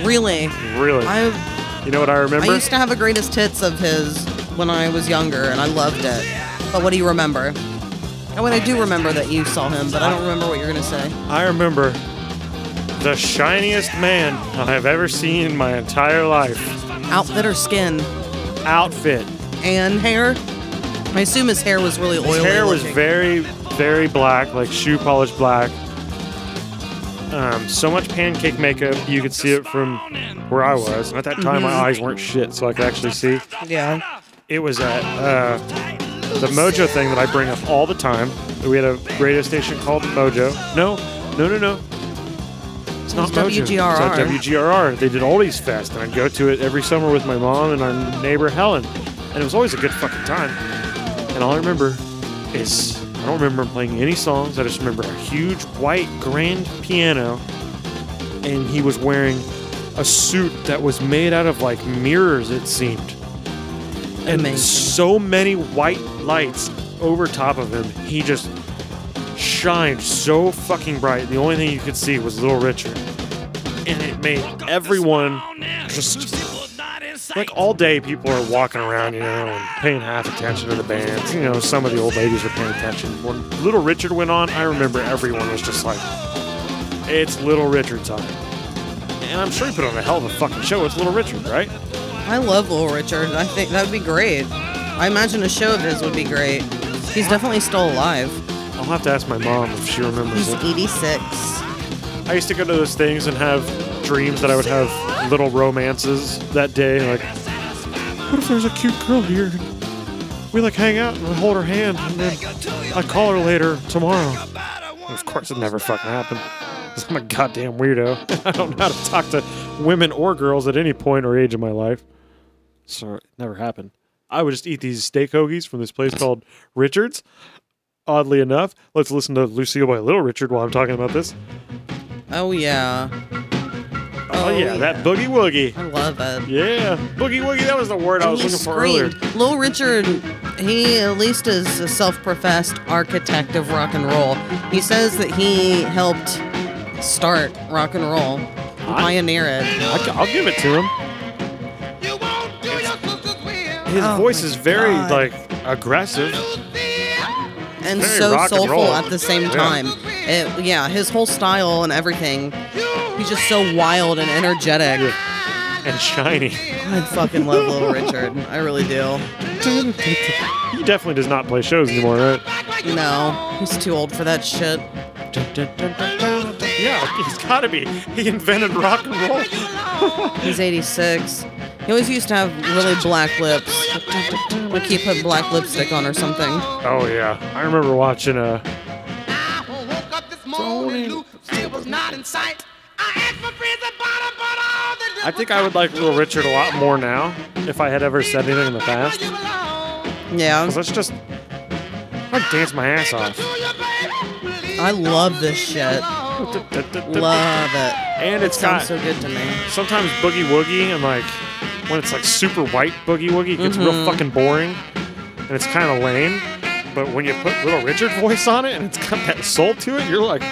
Speaker 4: Really?
Speaker 5: Really?
Speaker 4: I-
Speaker 5: you know what I remember?
Speaker 4: I used to have the greatest hits of his when I was younger, and I loved it. But what do you remember? Oh, And what I do remember that you saw him, but I don't remember what you're gonna say.
Speaker 5: I remember the shiniest man I have ever seen in my entire life.
Speaker 4: Outfit or skin?
Speaker 5: Outfit.
Speaker 4: And hair? I assume his hair was really oily.
Speaker 5: His hair was
Speaker 4: looking.
Speaker 5: very, very black, like shoe polish black. Um, so much pancake makeup, you could see it from where I was. And at that time, my
Speaker 4: Mhm.
Speaker 5: eyes weren't shit, so I could actually see.
Speaker 4: Yeah.
Speaker 5: It was at uh, the Mojo thing that I bring up all the time. We had a radio station called Mojo. No, no, no, no. It's not
Speaker 4: It's
Speaker 5: Mojo.
Speaker 4: WGRR.
Speaker 5: It's at WGRR. They did Oldies Fest, and I'd go to it every summer with my mom and our neighbor Helen. And it was always a good fucking time. And all I remember is I don't remember playing any songs. I just remember a huge white grand piano, and he was wearing a suit that was made out of like mirrors, it seemed. And
Speaker 4: Amazing.
Speaker 5: so many white lights over top of him. He just shined so fucking bright. The only thing you could see was Little Richard. And it made everyone just like all day people are walking around, you know, and paying half attention to the bands. You know, some of the old ladies were paying attention. When Little Richard went on, I remember everyone was just like, it's Little Richard time. And I'm sure he put on a hell of a fucking show. It's Little Richard, right?
Speaker 4: I love Little Richard. I think that would be great. I imagine a show of his would be great. He's definitely still alive.
Speaker 5: I'll have to ask my mom if she remembers
Speaker 4: He's
Speaker 5: it.
Speaker 4: 86.
Speaker 5: I used to go to those things and have dreams that I would have little romances that day. Like, what if there's a cute girl here? We like hang out and I hold her hand, and then I call her later tomorrow. And of course, it never fucking happened. 'Cause I'm a goddamn weirdo. I don't know how to talk to women or girls at any point or age in my life. So it never happened. I would just eat these steak hoagies from this place called Richards. Oddly enough, let's listen to Lucille by Little Richard while I'm talking about this.
Speaker 4: Oh, yeah.
Speaker 5: Oh, yeah, that boogie woogie.
Speaker 4: I love it.
Speaker 5: Yeah, boogie woogie. That was the word I
Speaker 4: And
Speaker 5: was
Speaker 4: he
Speaker 5: looking for earlier.
Speaker 4: screamed. Little Richard, he at least is a self professed architect of rock and roll. He says that he helped start rock and roll, pioneer it.
Speaker 5: I, I'll give it to him. His
Speaker 4: Oh
Speaker 5: voice is very like aggressive.
Speaker 4: and
Speaker 5: Very
Speaker 4: so
Speaker 5: rock and
Speaker 4: soulful
Speaker 5: roll.
Speaker 4: at the same
Speaker 5: Yeah.
Speaker 4: time. It, yeah, his whole style and everything. He's just so wild and energetic.
Speaker 5: And shiny.
Speaker 4: I fucking love Little Richard. I really do.
Speaker 5: He definitely does not play shows anymore, right?
Speaker 4: No, he's too old for that shit.
Speaker 5: Yeah, he's gotta be. He invented rock and roll.
Speaker 4: He's 86. He always used to have really black lips. Like he put black lipstick on or something.
Speaker 5: Oh yeah, I remember watching uh I think I would like Little Richard a lot more now if I had ever said anything in the past.
Speaker 4: Yeah.
Speaker 5: 'Cause Let's just I dance my ass off.
Speaker 4: I love this shit. Love it.
Speaker 5: And it's got
Speaker 4: Sounds so good to me.
Speaker 5: sometimes boogie woogie and like when it's like super white boogie woogie, it gets real
Speaker 4: Mhm.
Speaker 5: fucking boring and it's kind of lame. But when you put Little Richard voice on it and it's got that soul to it, you're like,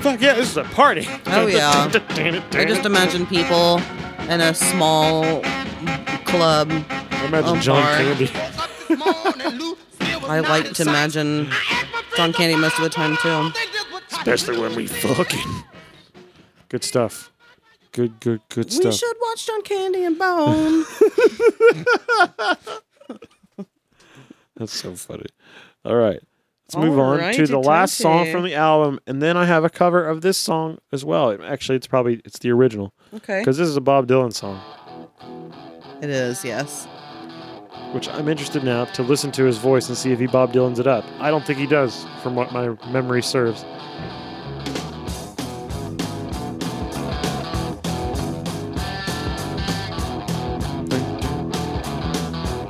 Speaker 5: fuck yeah, this is a party.
Speaker 4: Oh, yeah. I
Speaker 5: I
Speaker 4: just imagine people in a small club.
Speaker 5: Imagine
Speaker 4: or
Speaker 5: John
Speaker 4: bar.
Speaker 5: Candy.
Speaker 4: I like to imagine John Candy most of the time too.
Speaker 5: Especially when we fucking. Good stuff. Good, good, good
Speaker 4: We
Speaker 5: stuff.
Speaker 4: should watch John Candy and Bone.
Speaker 5: That's so funny. All right. Let's
Speaker 4: All
Speaker 5: move on to the
Speaker 4: righty-tighty.
Speaker 5: last song from the album, and then I have a cover of this song as well. It- actually, it's probably it's the original.
Speaker 4: Okay.
Speaker 5: Because this is a Bob Dylan song,
Speaker 4: it is, yes.
Speaker 5: which I'm interested now to listen to his voice and see if he Bob Dylan's it up. I don't think he does, from what my memory serves.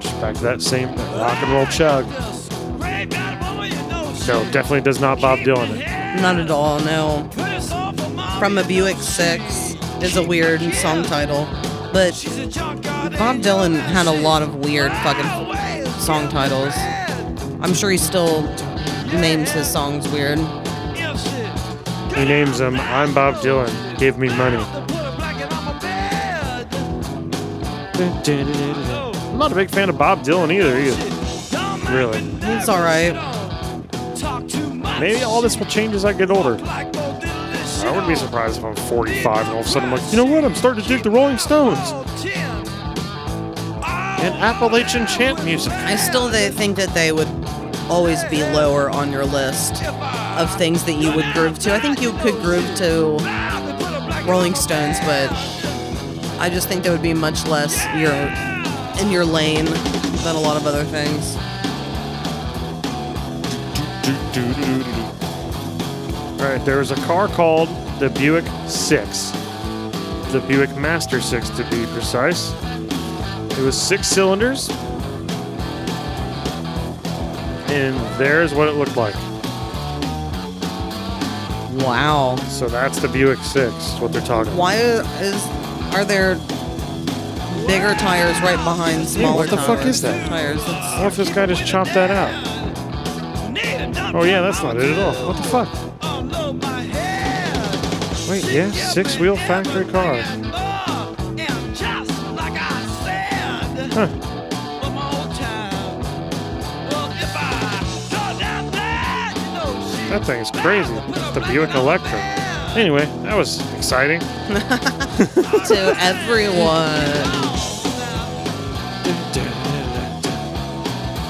Speaker 5: Just back to that same rock and roll chug. No, definitely does not Bob Dylan it.
Speaker 4: Not at all, no. From a Buick 6 is a weird song title. But Bob Dylan had a lot of weird fucking song titles. I'm sure he still names his songs weird.
Speaker 5: He names him I'm Bob Dylan. Give me money. I'm not a big fan of Bob Dylan either, either. Really.
Speaker 4: It's alright.
Speaker 5: Maybe all this will change as I get older. I wouldn't be surprised if I'm 45 and all of a sudden I'm like, you know what? I'm starting to dig the Rolling Stones and Appalachian chant music.
Speaker 4: I still they think that they would always be lower on your list of things that you would groove to. I think you could groove to Rolling Stones, but I just think that would be much less your in your lane than a lot of other things.
Speaker 5: All right, there is a car called the Buick 6. The Buick Master 6, to be precise. It was six cylinders. And there's what it looked like.
Speaker 4: Wow.
Speaker 5: So that's the Buick 6, is what they're talking
Speaker 4: Why is are there bigger tires right behind
Speaker 5: about.
Speaker 4: smaller
Speaker 5: Hey, what the
Speaker 4: tires?
Speaker 5: fuck is that?
Speaker 4: Tires. That's-
Speaker 5: What if this guy just chopped that out? Oh, yeah, that's not it at all. What the fuck? Wait, yeah, six wheel factory cars. Huh. That thing is crazy. It's the Buick Electra. Anyway, that was exciting.
Speaker 4: to everyone.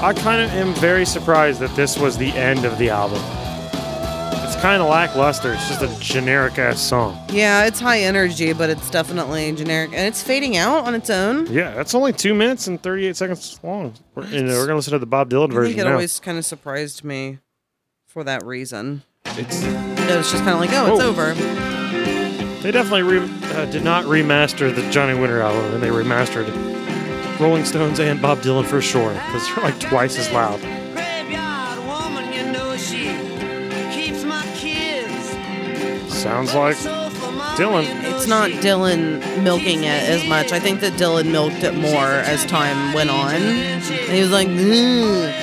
Speaker 5: I kind of am very surprised that this was the end of the album. It's kind of lackluster. It's just a generic ass song.
Speaker 4: Yeah, it's high energy, but it's definitely generic, and it's fading out on its own.
Speaker 5: Yeah, that's only two minutes and 38 seconds long. We're, and we're gonna listen to the Bob Dylan
Speaker 4: I think
Speaker 5: version
Speaker 4: it
Speaker 5: now.
Speaker 4: always kind of surprised me for that reason. It's, was just kind of like, oh, it's
Speaker 5: Whoa.
Speaker 4: over.
Speaker 5: They definitely re- uh, did not remaster the Johnny Winter album, and they remastered Rolling Stones and Bob Dylan for sure because they're like twice as loud. Sounds like Dylan.
Speaker 4: It's not Dylan milking it as much. I think that Dylan milked it more as time went on. he was like, "Ugh."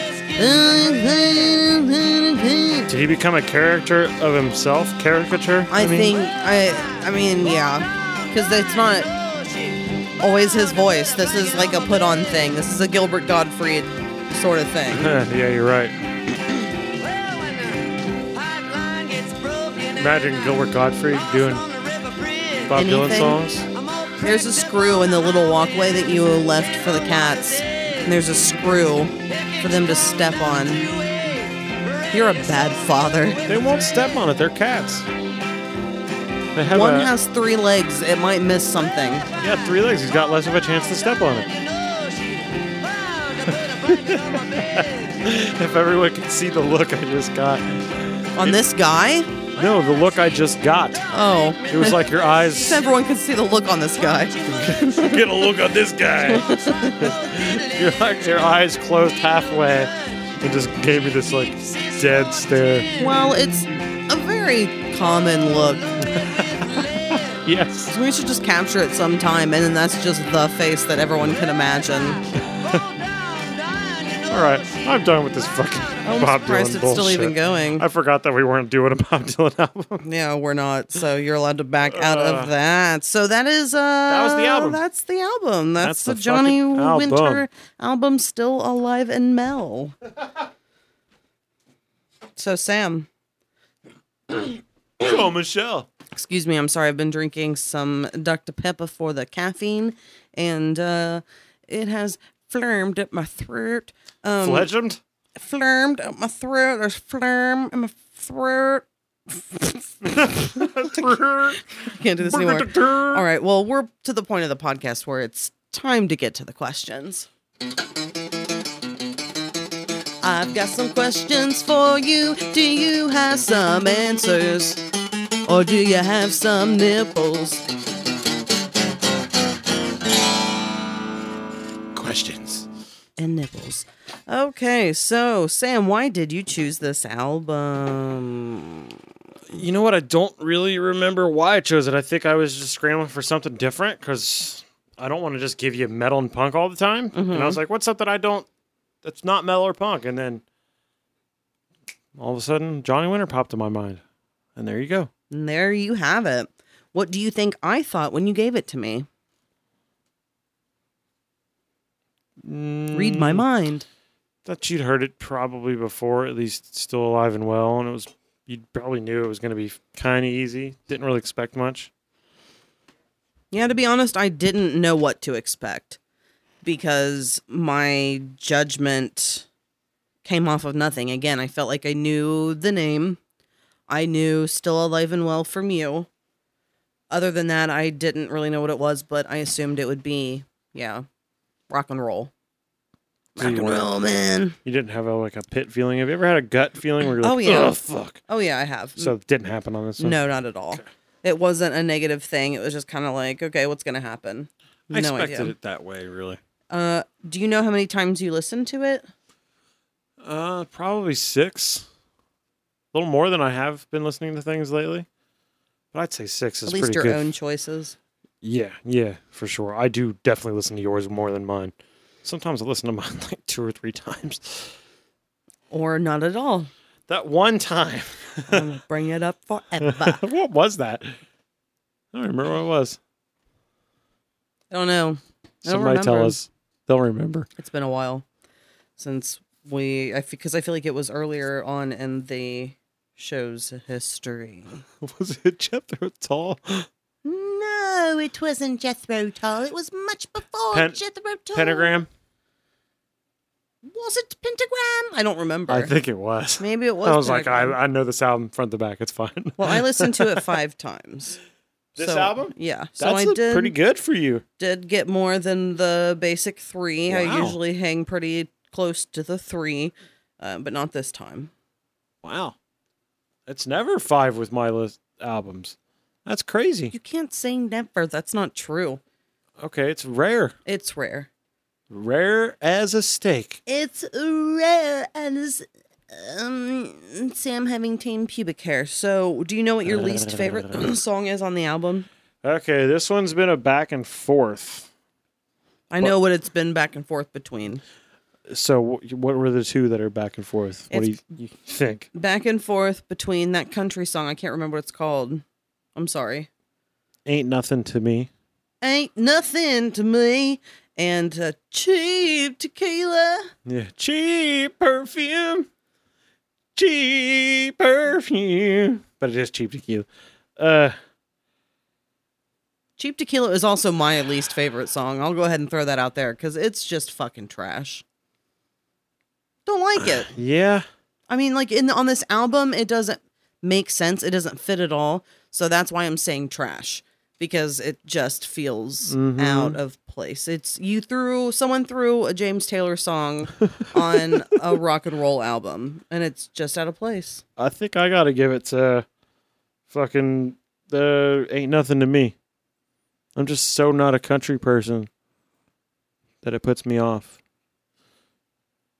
Speaker 5: Did he become a character of himself? Caricature?
Speaker 4: I
Speaker 5: mean?
Speaker 4: think I. I mean, yeah, because it's not always his voice. This is like a put-on thing. This is a Gilbert Gottfried sort of thing.
Speaker 5: yeah, you're right. Imagine Gilbert Godfrey doing Bob Dylan
Speaker 4: Anything?
Speaker 5: songs.
Speaker 4: There's a screw in the little walkway that you left for the cats, and there's a screw for them to step on. You're a bad father.
Speaker 5: They won't step on it. They're cats. They have
Speaker 4: One
Speaker 5: a-
Speaker 4: has three legs. It might miss something.
Speaker 5: Yeah, three legs. He's got less of a chance to step on it. if everyone could see the look I just got.
Speaker 4: On this guy?
Speaker 5: No, the look I just got.
Speaker 4: Oh.
Speaker 5: It was like your eyes.
Speaker 4: Everyone can see the look on this guy.
Speaker 5: Get a look at this guy. your, like, your eyes closed halfway and just gave me this like dead stare.
Speaker 4: Well, it's a very common look.
Speaker 5: yes.
Speaker 4: we should just capture it sometime, and then that's just the face that everyone can imagine.
Speaker 5: All right, I'm done with this fucking
Speaker 4: I'm
Speaker 5: Bob Dylan
Speaker 4: surprised it's still
Speaker 5: bullshit.
Speaker 4: even going.
Speaker 5: I forgot that we weren't doing a Bob Dylan album.
Speaker 4: Yeah, we're not. So you're allowed to back out of that. So that is uh That
Speaker 5: Uh. was the album.
Speaker 4: That's the album.
Speaker 5: That's
Speaker 4: That's,
Speaker 5: the
Speaker 4: the, Johnny
Speaker 5: fucking album.
Speaker 4: Winter album Still Alive and Mel. so Sam,
Speaker 5: oh, Michelle.
Speaker 4: excuse me, I'm sorry. I've been drinking some Dr Pepper for the caffeine and uh it has flirmed up my throat. Um
Speaker 5: Fledged?
Speaker 4: flirmed up my throat. There's phlegm in my throat. Can't do this anymore. All right. Well, we're to the point of the podcast where it's time to get to the questions. I've got some questions for you. Do you have some answers? Or do you have some nipples?
Speaker 5: Questions.
Speaker 4: And nipples. Okay, so Sam, why did you choose this album?
Speaker 5: You know what? I don't really remember why I chose it. I think I was just scrambling for something different because I don't want to just give you metal and punk all the time. And I
Speaker 4: Mhm.
Speaker 5: was like, what's something I don't? That's not metal or punk. And then all of a sudden, Johnny Winter popped in my mind. And there you go.
Speaker 4: And there you have it. What do you think I thought when you gave it to me? Read my
Speaker 5: Mm,
Speaker 4: mind.
Speaker 5: That you'd heard it probably before, at least still alive and well, and it was you probably knew it was going to be kind of easy. Didn't really expect much.
Speaker 4: Yeah, to be honest, I didn't know what to expect because my judgment came off of nothing. Again, I felt like I knew the name, I knew Still Alive and Well from you. Other than that, I didn't really know what it was, but I assumed it would be, yeah, rock and roll.
Speaker 5: So you-
Speaker 4: man.
Speaker 5: You didn't have a, like a pit feeling. Have you ever had a gut feeling where you're like,
Speaker 4: oh, yeah.
Speaker 5: "Ugh, fuck.
Speaker 4: Oh, yeah, I have.
Speaker 5: So it didn't happen on this one.
Speaker 4: No, not at all. It wasn't a negative thing. It was just kind of like, okay, what's going to happen? No
Speaker 12: I expected
Speaker 4: idea.
Speaker 12: it that way, really.
Speaker 4: Uh, do you know how many times you listened to it?
Speaker 5: Uh, probably six. A little more than I have been listening to things lately, but I'd say six is
Speaker 4: At least
Speaker 5: pretty
Speaker 4: your
Speaker 5: good.
Speaker 4: own choices.
Speaker 5: Yeah, yeah, for sure. I do definitely listen to yours more than mine. Sometimes I listen to mine like two or three times.
Speaker 4: Or not at all.
Speaker 5: That one time.
Speaker 4: I'm gonna bring it up forever.
Speaker 5: what was that? I don't remember what it was.
Speaker 4: I don't know. I don't
Speaker 5: Somebody tell
Speaker 4: remember.
Speaker 5: us. They'll remember.
Speaker 4: It's been a while since we, I because I feel like it was earlier on in the show's history.
Speaker 5: Was it Jethro Tull?
Speaker 8: No, it wasn't Jethro Tull. It was much before
Speaker 5: Pen-
Speaker 8: Jethro Tull.
Speaker 5: Pentagram?
Speaker 8: Was it Pentagram?
Speaker 4: I don't remember.
Speaker 5: I think it was.
Speaker 4: Maybe it was.
Speaker 5: I was like,
Speaker 4: Pentagram.
Speaker 5: I, I know this album front to back. It's fine.
Speaker 4: Well, I listened to it five times.
Speaker 5: This
Speaker 4: So,
Speaker 5: album?
Speaker 4: Yeah. So
Speaker 5: That's
Speaker 4: I
Speaker 5: a-
Speaker 4: did
Speaker 5: pretty good for you.
Speaker 4: did get more than the basic three. I
Speaker 5: Wow.
Speaker 4: usually hang pretty close to the three, uh, but not this time.
Speaker 5: Wow. It's never five with my list albums. That's crazy.
Speaker 4: You can't say never. That's not true.
Speaker 5: Okay, it's rare.
Speaker 4: It's rare.
Speaker 5: Rare as a steak.
Speaker 4: It's rare as um, Sam having tame pubic hair. So, do you know what your least favorite song is on the album?
Speaker 5: Okay, this one's been a back and forth.
Speaker 4: I know what it's been back and forth between.
Speaker 5: So, wh- what were the two that are back and forth? What do you,
Speaker 4: It's-
Speaker 5: you think?
Speaker 4: Back and forth between that country song. I can't remember what it's called. I'm sorry.
Speaker 5: Ain't nothing to me.
Speaker 4: Ain't nothing to me. And uh, cheap tequila.
Speaker 5: Yeah. Cheap perfume. Cheap perfume. But it is cheap tequila. Uh,
Speaker 4: Cheap tequila is also my least favorite song. I'll go ahead and throw that out there because it's just fucking trash. Don't like it.
Speaker 5: yeah.
Speaker 4: I mean, like in on this album, it doesn't make sense. It doesn't fit at all. So that's why I'm saying trash because it just feels
Speaker 5: Mhm.
Speaker 4: out of place. It's you threw someone threw a James Taylor song on a rock and roll album, and it's just out of place.
Speaker 5: I think I gotta give it to fucking the ain't nothing to me. I'm just so not a country person that it puts me off.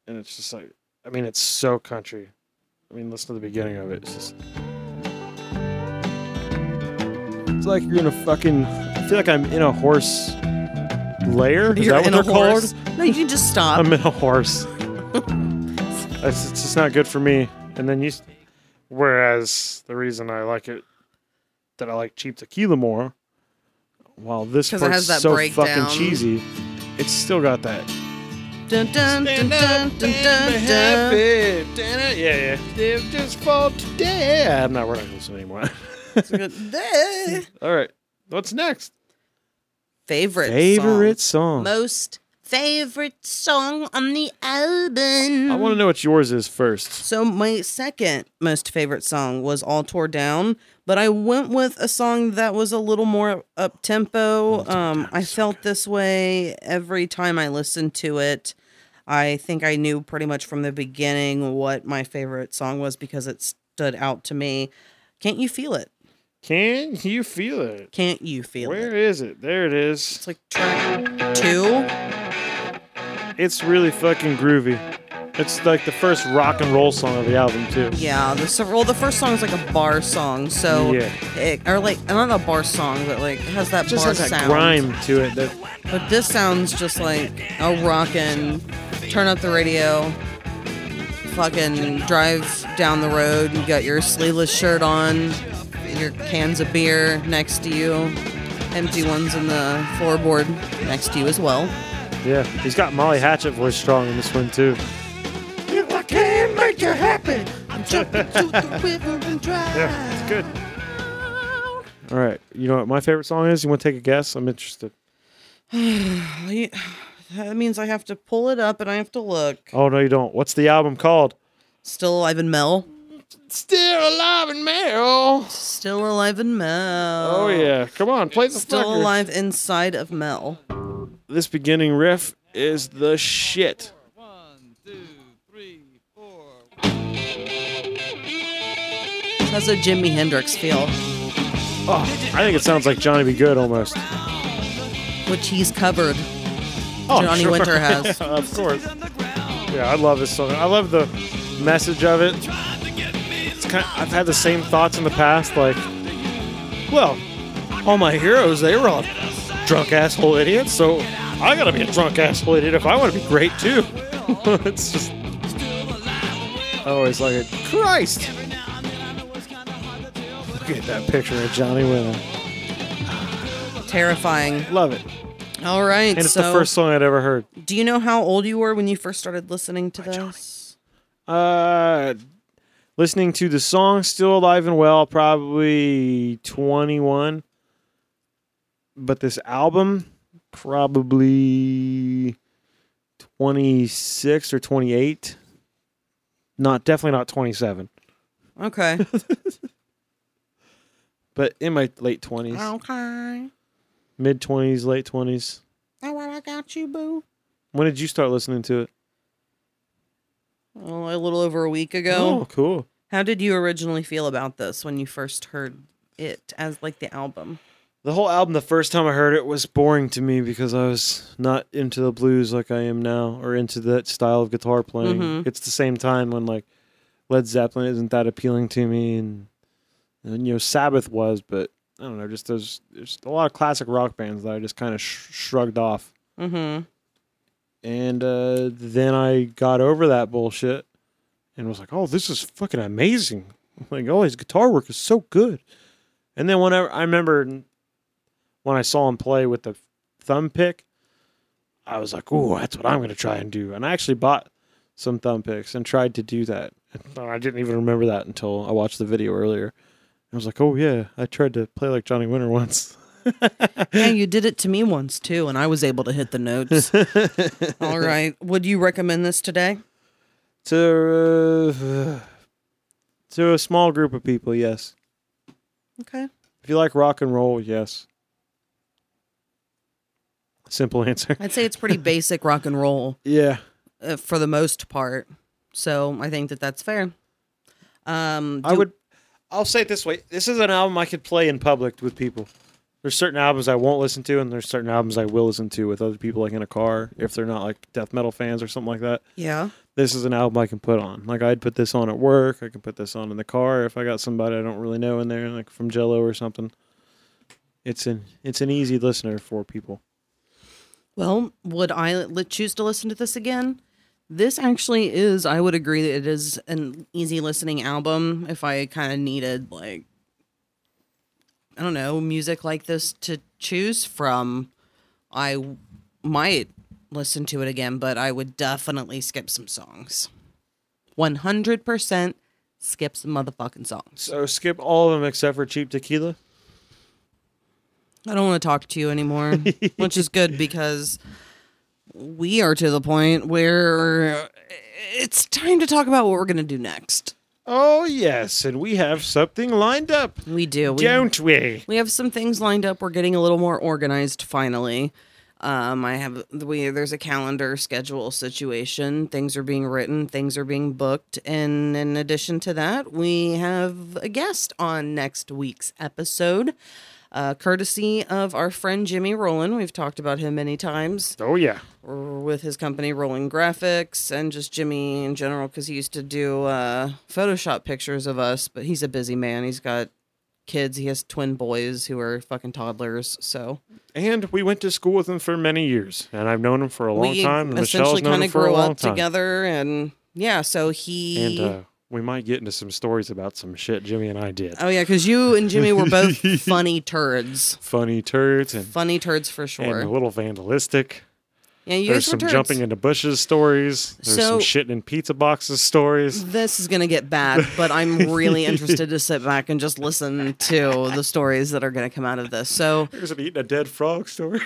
Speaker 5: And it's just like I mean it's so country. I mean listen to the beginning of it. It's just It's like you're in a fucking I feel like I'm in a horse lair. Is
Speaker 4: You're
Speaker 5: that what
Speaker 4: in a
Speaker 5: they're called? Um,
Speaker 4: horse. No, you can just stop.
Speaker 5: I'm in a horse. That's it's just not good for me. And then you, s- whereas the reason I like it, that I like cheap tequila more, while this
Speaker 4: 'Cause it
Speaker 5: part's
Speaker 4: has that
Speaker 5: so
Speaker 4: breakdown.
Speaker 5: fucking cheesy, it's still got that.
Speaker 4: Dun, dun, dun, dun, dun, dun, dun.
Speaker 5: Yeah, yeah. They've just fall today. Yeah, I'm not. We're not gonna listen anymore.
Speaker 4: It's a good- Eh.
Speaker 5: All right, what's next?
Speaker 4: Favorite
Speaker 5: Favorite song.
Speaker 4: most favorite song on the album.
Speaker 5: I want to know what yours is first.
Speaker 4: So my second most favorite song was All Tore Down, but I went with a song that was a little more up tempo. Um, I felt this way every time I listened to it. I think I knew pretty much from the beginning what my favorite song was because it stood out to me. Can't you feel it?
Speaker 5: Can you feel it?
Speaker 4: Can't you feel it?
Speaker 5: Where is it? There it is. It's
Speaker 4: like track two.
Speaker 5: It's really fucking groovy. It's like the first rock and roll song of the album too.
Speaker 4: Yeah, the so- well, the first song is like a bar song, so
Speaker 5: Yeah.
Speaker 4: it, or like not a bar song, but like it has that
Speaker 5: It just
Speaker 4: bar
Speaker 5: has that
Speaker 4: sound.
Speaker 5: grime to it. That
Speaker 4: But this sounds just like a rockin', turn up the radio, fucking drive down the road. You got your sleeveless shirt on, your cans of beer next to you, empty ones in the floorboard next to you as well.
Speaker 5: Yeah, he's got Molly Hatchet voice strong in this one too.
Speaker 10: If I can't make you happy, I'm jumping to the river and drive.
Speaker 5: Yeah, it's good. All right, you know what my favorite song is? You want to take a guess? I'm interested.
Speaker 4: I- that means I have to pull it up and I have to look.
Speaker 5: Oh no, you don't. What's the album called?
Speaker 4: Still alive and Mel.
Speaker 5: Still alive and Mel.
Speaker 4: Still alive and Mel.
Speaker 5: Oh yeah, come on, play the
Speaker 4: Still
Speaker 5: sucker.
Speaker 4: alive inside of Mel.
Speaker 5: This beginning riff is the shit.
Speaker 4: It has a Jimi Hendrix feel,
Speaker 5: Oh, I think it sounds like Johnny B. Good almost.
Speaker 4: which he's covered.
Speaker 5: Oh,
Speaker 4: Johnny
Speaker 5: sure.
Speaker 4: Winter has.
Speaker 5: of course. Yeah, I love this song. I love the message of it. It's kind I've had the same thoughts in the past, like, well, all my heroes, they were all drunk asshole idiots, so I gotta be a drunk asshole idiot if I wanna be great too. it's just. I always like it. Christ! Look at that picture of Johnny Winter.
Speaker 4: Terrifying.
Speaker 5: Love it.
Speaker 4: All right.
Speaker 5: And it's
Speaker 4: so
Speaker 5: the first song I'd ever heard.
Speaker 4: Do you know how old you were when you first started listening to this?
Speaker 5: Uh, listening to the song "Still Alive and Well," probably twenty-one. But this album, probably twenty-six or twenty-eight. Not definitely not twenty-seven,
Speaker 4: Okay.
Speaker 5: but in my late twenties,
Speaker 4: Oh. okay.
Speaker 5: mid twenties, late twenties.
Speaker 4: All right, I got you, boo.
Speaker 5: When did you start listening to it?
Speaker 4: Oh, a little over a week
Speaker 5: Oh,
Speaker 4: ago.
Speaker 5: cool.
Speaker 4: How did you originally feel about this when you first heard it as like the album?
Speaker 5: The whole album, the first time I heard it, was boring to me because I was not into the blues like I am now, or into that style of guitar playing.
Speaker 4: Mhm.
Speaker 5: It's the same time when like Led Zeppelin isn't that appealing to me, and, and you know Sabbath was, but I don't know. Just there's there's a lot of classic rock bands that I just kind of sh- shrugged off,
Speaker 4: Mm-hmm.
Speaker 5: and uh, then I got over that bullshit and was like, oh, this is fucking amazing. Like, oh, his guitar work is so good. And then whenever I remember when I saw him play with the thumb pick, I was like, "Ooh, that's what I'm going to try and do." And I actually bought some thumb picks and tried to do that. And I didn't even remember that until I watched the video earlier. I was like, "Oh yeah, I tried to play like Johnny Winter once."
Speaker 4: Yeah, you did it to me once too, and I was able to hit the notes. All right. Would you recommend this today?
Speaker 5: to uh, to a small group of people, yes.
Speaker 4: Okay.
Speaker 5: If you like rock and roll, yes. Simple answer.
Speaker 4: I'd say it's pretty basic rock and roll
Speaker 5: Yeah.
Speaker 4: uh, for the most part. So I think that that's fair. Um,
Speaker 5: I
Speaker 4: do-
Speaker 5: would. I'll say it this way: this is an album I could play in public with people. There's certain albums I won't listen to, and there's certain albums I will listen to with other people, like in a car, if they're not like death metal fans or something like that.
Speaker 4: Yeah.
Speaker 5: This is an album I can put on. Like I'd put this on at work. I can put this on in the car if I got somebody I don't really know in there, like from Jello or something. It's an it's an easy listener for people.
Speaker 4: Well, would I li- choose to listen to this again? This actually is, I would agree that it is an easy listening album if I kind of needed, like, I don't know, music like this to choose from. I w- might listen to it again, but I would definitely skip some songs. 100% skip some motherfucking songs.
Speaker 5: So skip all of them except for Cheap Tequila.
Speaker 4: I don't want to talk to you anymore, which is good because we are to the point where it's time to talk about what we're going to do next.
Speaker 5: Oh yes, and we have something lined up,
Speaker 4: We do. We,
Speaker 5: don't we?
Speaker 4: we have some things lined up. We're getting a little more organized finally. Um, I have we there's a calendar schedule situation. Things are being written, things are being booked, and in addition to that, we have a guest on next week's episode, uh, courtesy of our friend Jimmy Roland. We've talked about him many times
Speaker 5: Oh yeah.
Speaker 4: with his company Rolling Graphics and just Jimmy in general because he used to do uh, Photoshop pictures of us, but he's a busy man. He's got kids. He has twin boys who are fucking toddlers. So
Speaker 5: And we went to school with him for many years, and I've known him for a long
Speaker 4: we
Speaker 5: time. And Michelle's
Speaker 4: essentially
Speaker 5: known
Speaker 4: kind
Speaker 5: him
Speaker 4: of
Speaker 5: for a
Speaker 4: grew
Speaker 5: long
Speaker 4: up
Speaker 5: time.
Speaker 4: together and Yeah, so he.
Speaker 5: And uh, we might get into some stories about some shit Jimmy and I did.
Speaker 4: oh yeah, because you and Jimmy were both funny turds,
Speaker 5: Funny turds and,
Speaker 4: funny turds for sure.
Speaker 5: and a little vandalistic.
Speaker 4: yeah, you
Speaker 5: There's
Speaker 4: guys
Speaker 5: some
Speaker 4: were turds.
Speaker 5: jumping into bushes stories. There's
Speaker 4: So-
Speaker 5: some shitting in pizza boxes stories.
Speaker 4: This is gonna get bad, but I'm really interested to sit back and just listen to the stories that are gonna come out of this. So
Speaker 5: There's an eating a dead frog story.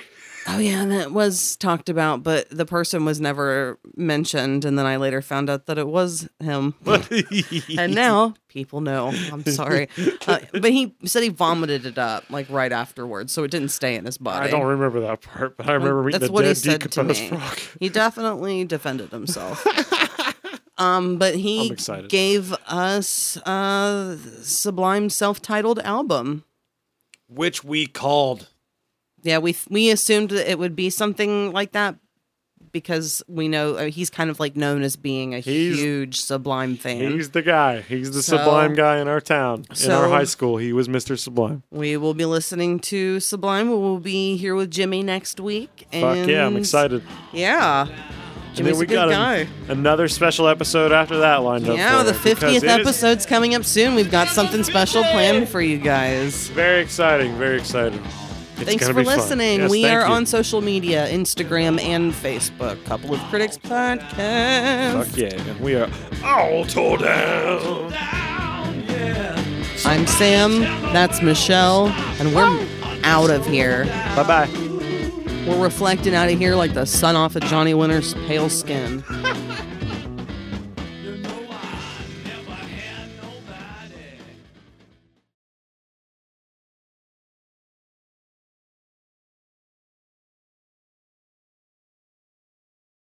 Speaker 4: Oh yeah, and that was talked about, but the person was never mentioned, and then I later found out that it was him. and now people know. I'm sorry, uh, but he said he vomited it up like right afterwards, so it didn't stay in his body.
Speaker 5: I don't remember that part, but I remember reading
Speaker 4: That's
Speaker 5: the
Speaker 4: what
Speaker 5: dead
Speaker 4: he said to
Speaker 5: decomposed
Speaker 4: me.
Speaker 5: frog.
Speaker 4: He definitely defended himself. um, but
Speaker 5: I'm
Speaker 4: he
Speaker 5: excited.
Speaker 4: gave us a Sublime self-titled album.
Speaker 12: Which we called.
Speaker 4: Yeah, we we assumed that it would be something like that because we know uh, he's kind of like known as being a huge Sublime fan.
Speaker 5: He's the guy. He's the
Speaker 4: So-
Speaker 5: sublime guy in our town. in our
Speaker 4: So-
Speaker 5: high school, he was Mr. Sublime.
Speaker 4: we will be listening to Sublime. We will be here with Jimmy next week. And
Speaker 5: Fuck yeah, I'm excited.
Speaker 4: Yeah,
Speaker 5: and then
Speaker 4: Jimmy's
Speaker 5: we
Speaker 4: a good
Speaker 5: got
Speaker 4: guy.
Speaker 5: an- another special episode after that lined up.
Speaker 4: yeah,
Speaker 5: for
Speaker 4: the
Speaker 5: you, because
Speaker 4: fiftieth
Speaker 5: it is
Speaker 4: episode's coming up soon. We've got something special planned for you guys.
Speaker 5: Very exciting. Very exciting. It's
Speaker 4: thanks
Speaker 5: gonna
Speaker 4: for
Speaker 5: be fun.
Speaker 4: listening.
Speaker 5: Yes,
Speaker 4: we
Speaker 5: thank
Speaker 4: are
Speaker 5: you.
Speaker 4: on social media, Instagram and Facebook. Couple of Critics Podcast.
Speaker 5: Fuck yeah, and we are all tore down.
Speaker 4: I'm Sam. That's Michelle, and we're out of here.
Speaker 5: Bye bye.
Speaker 4: We're reflecting out of here like the sun off of Johnny Winter's pale skin.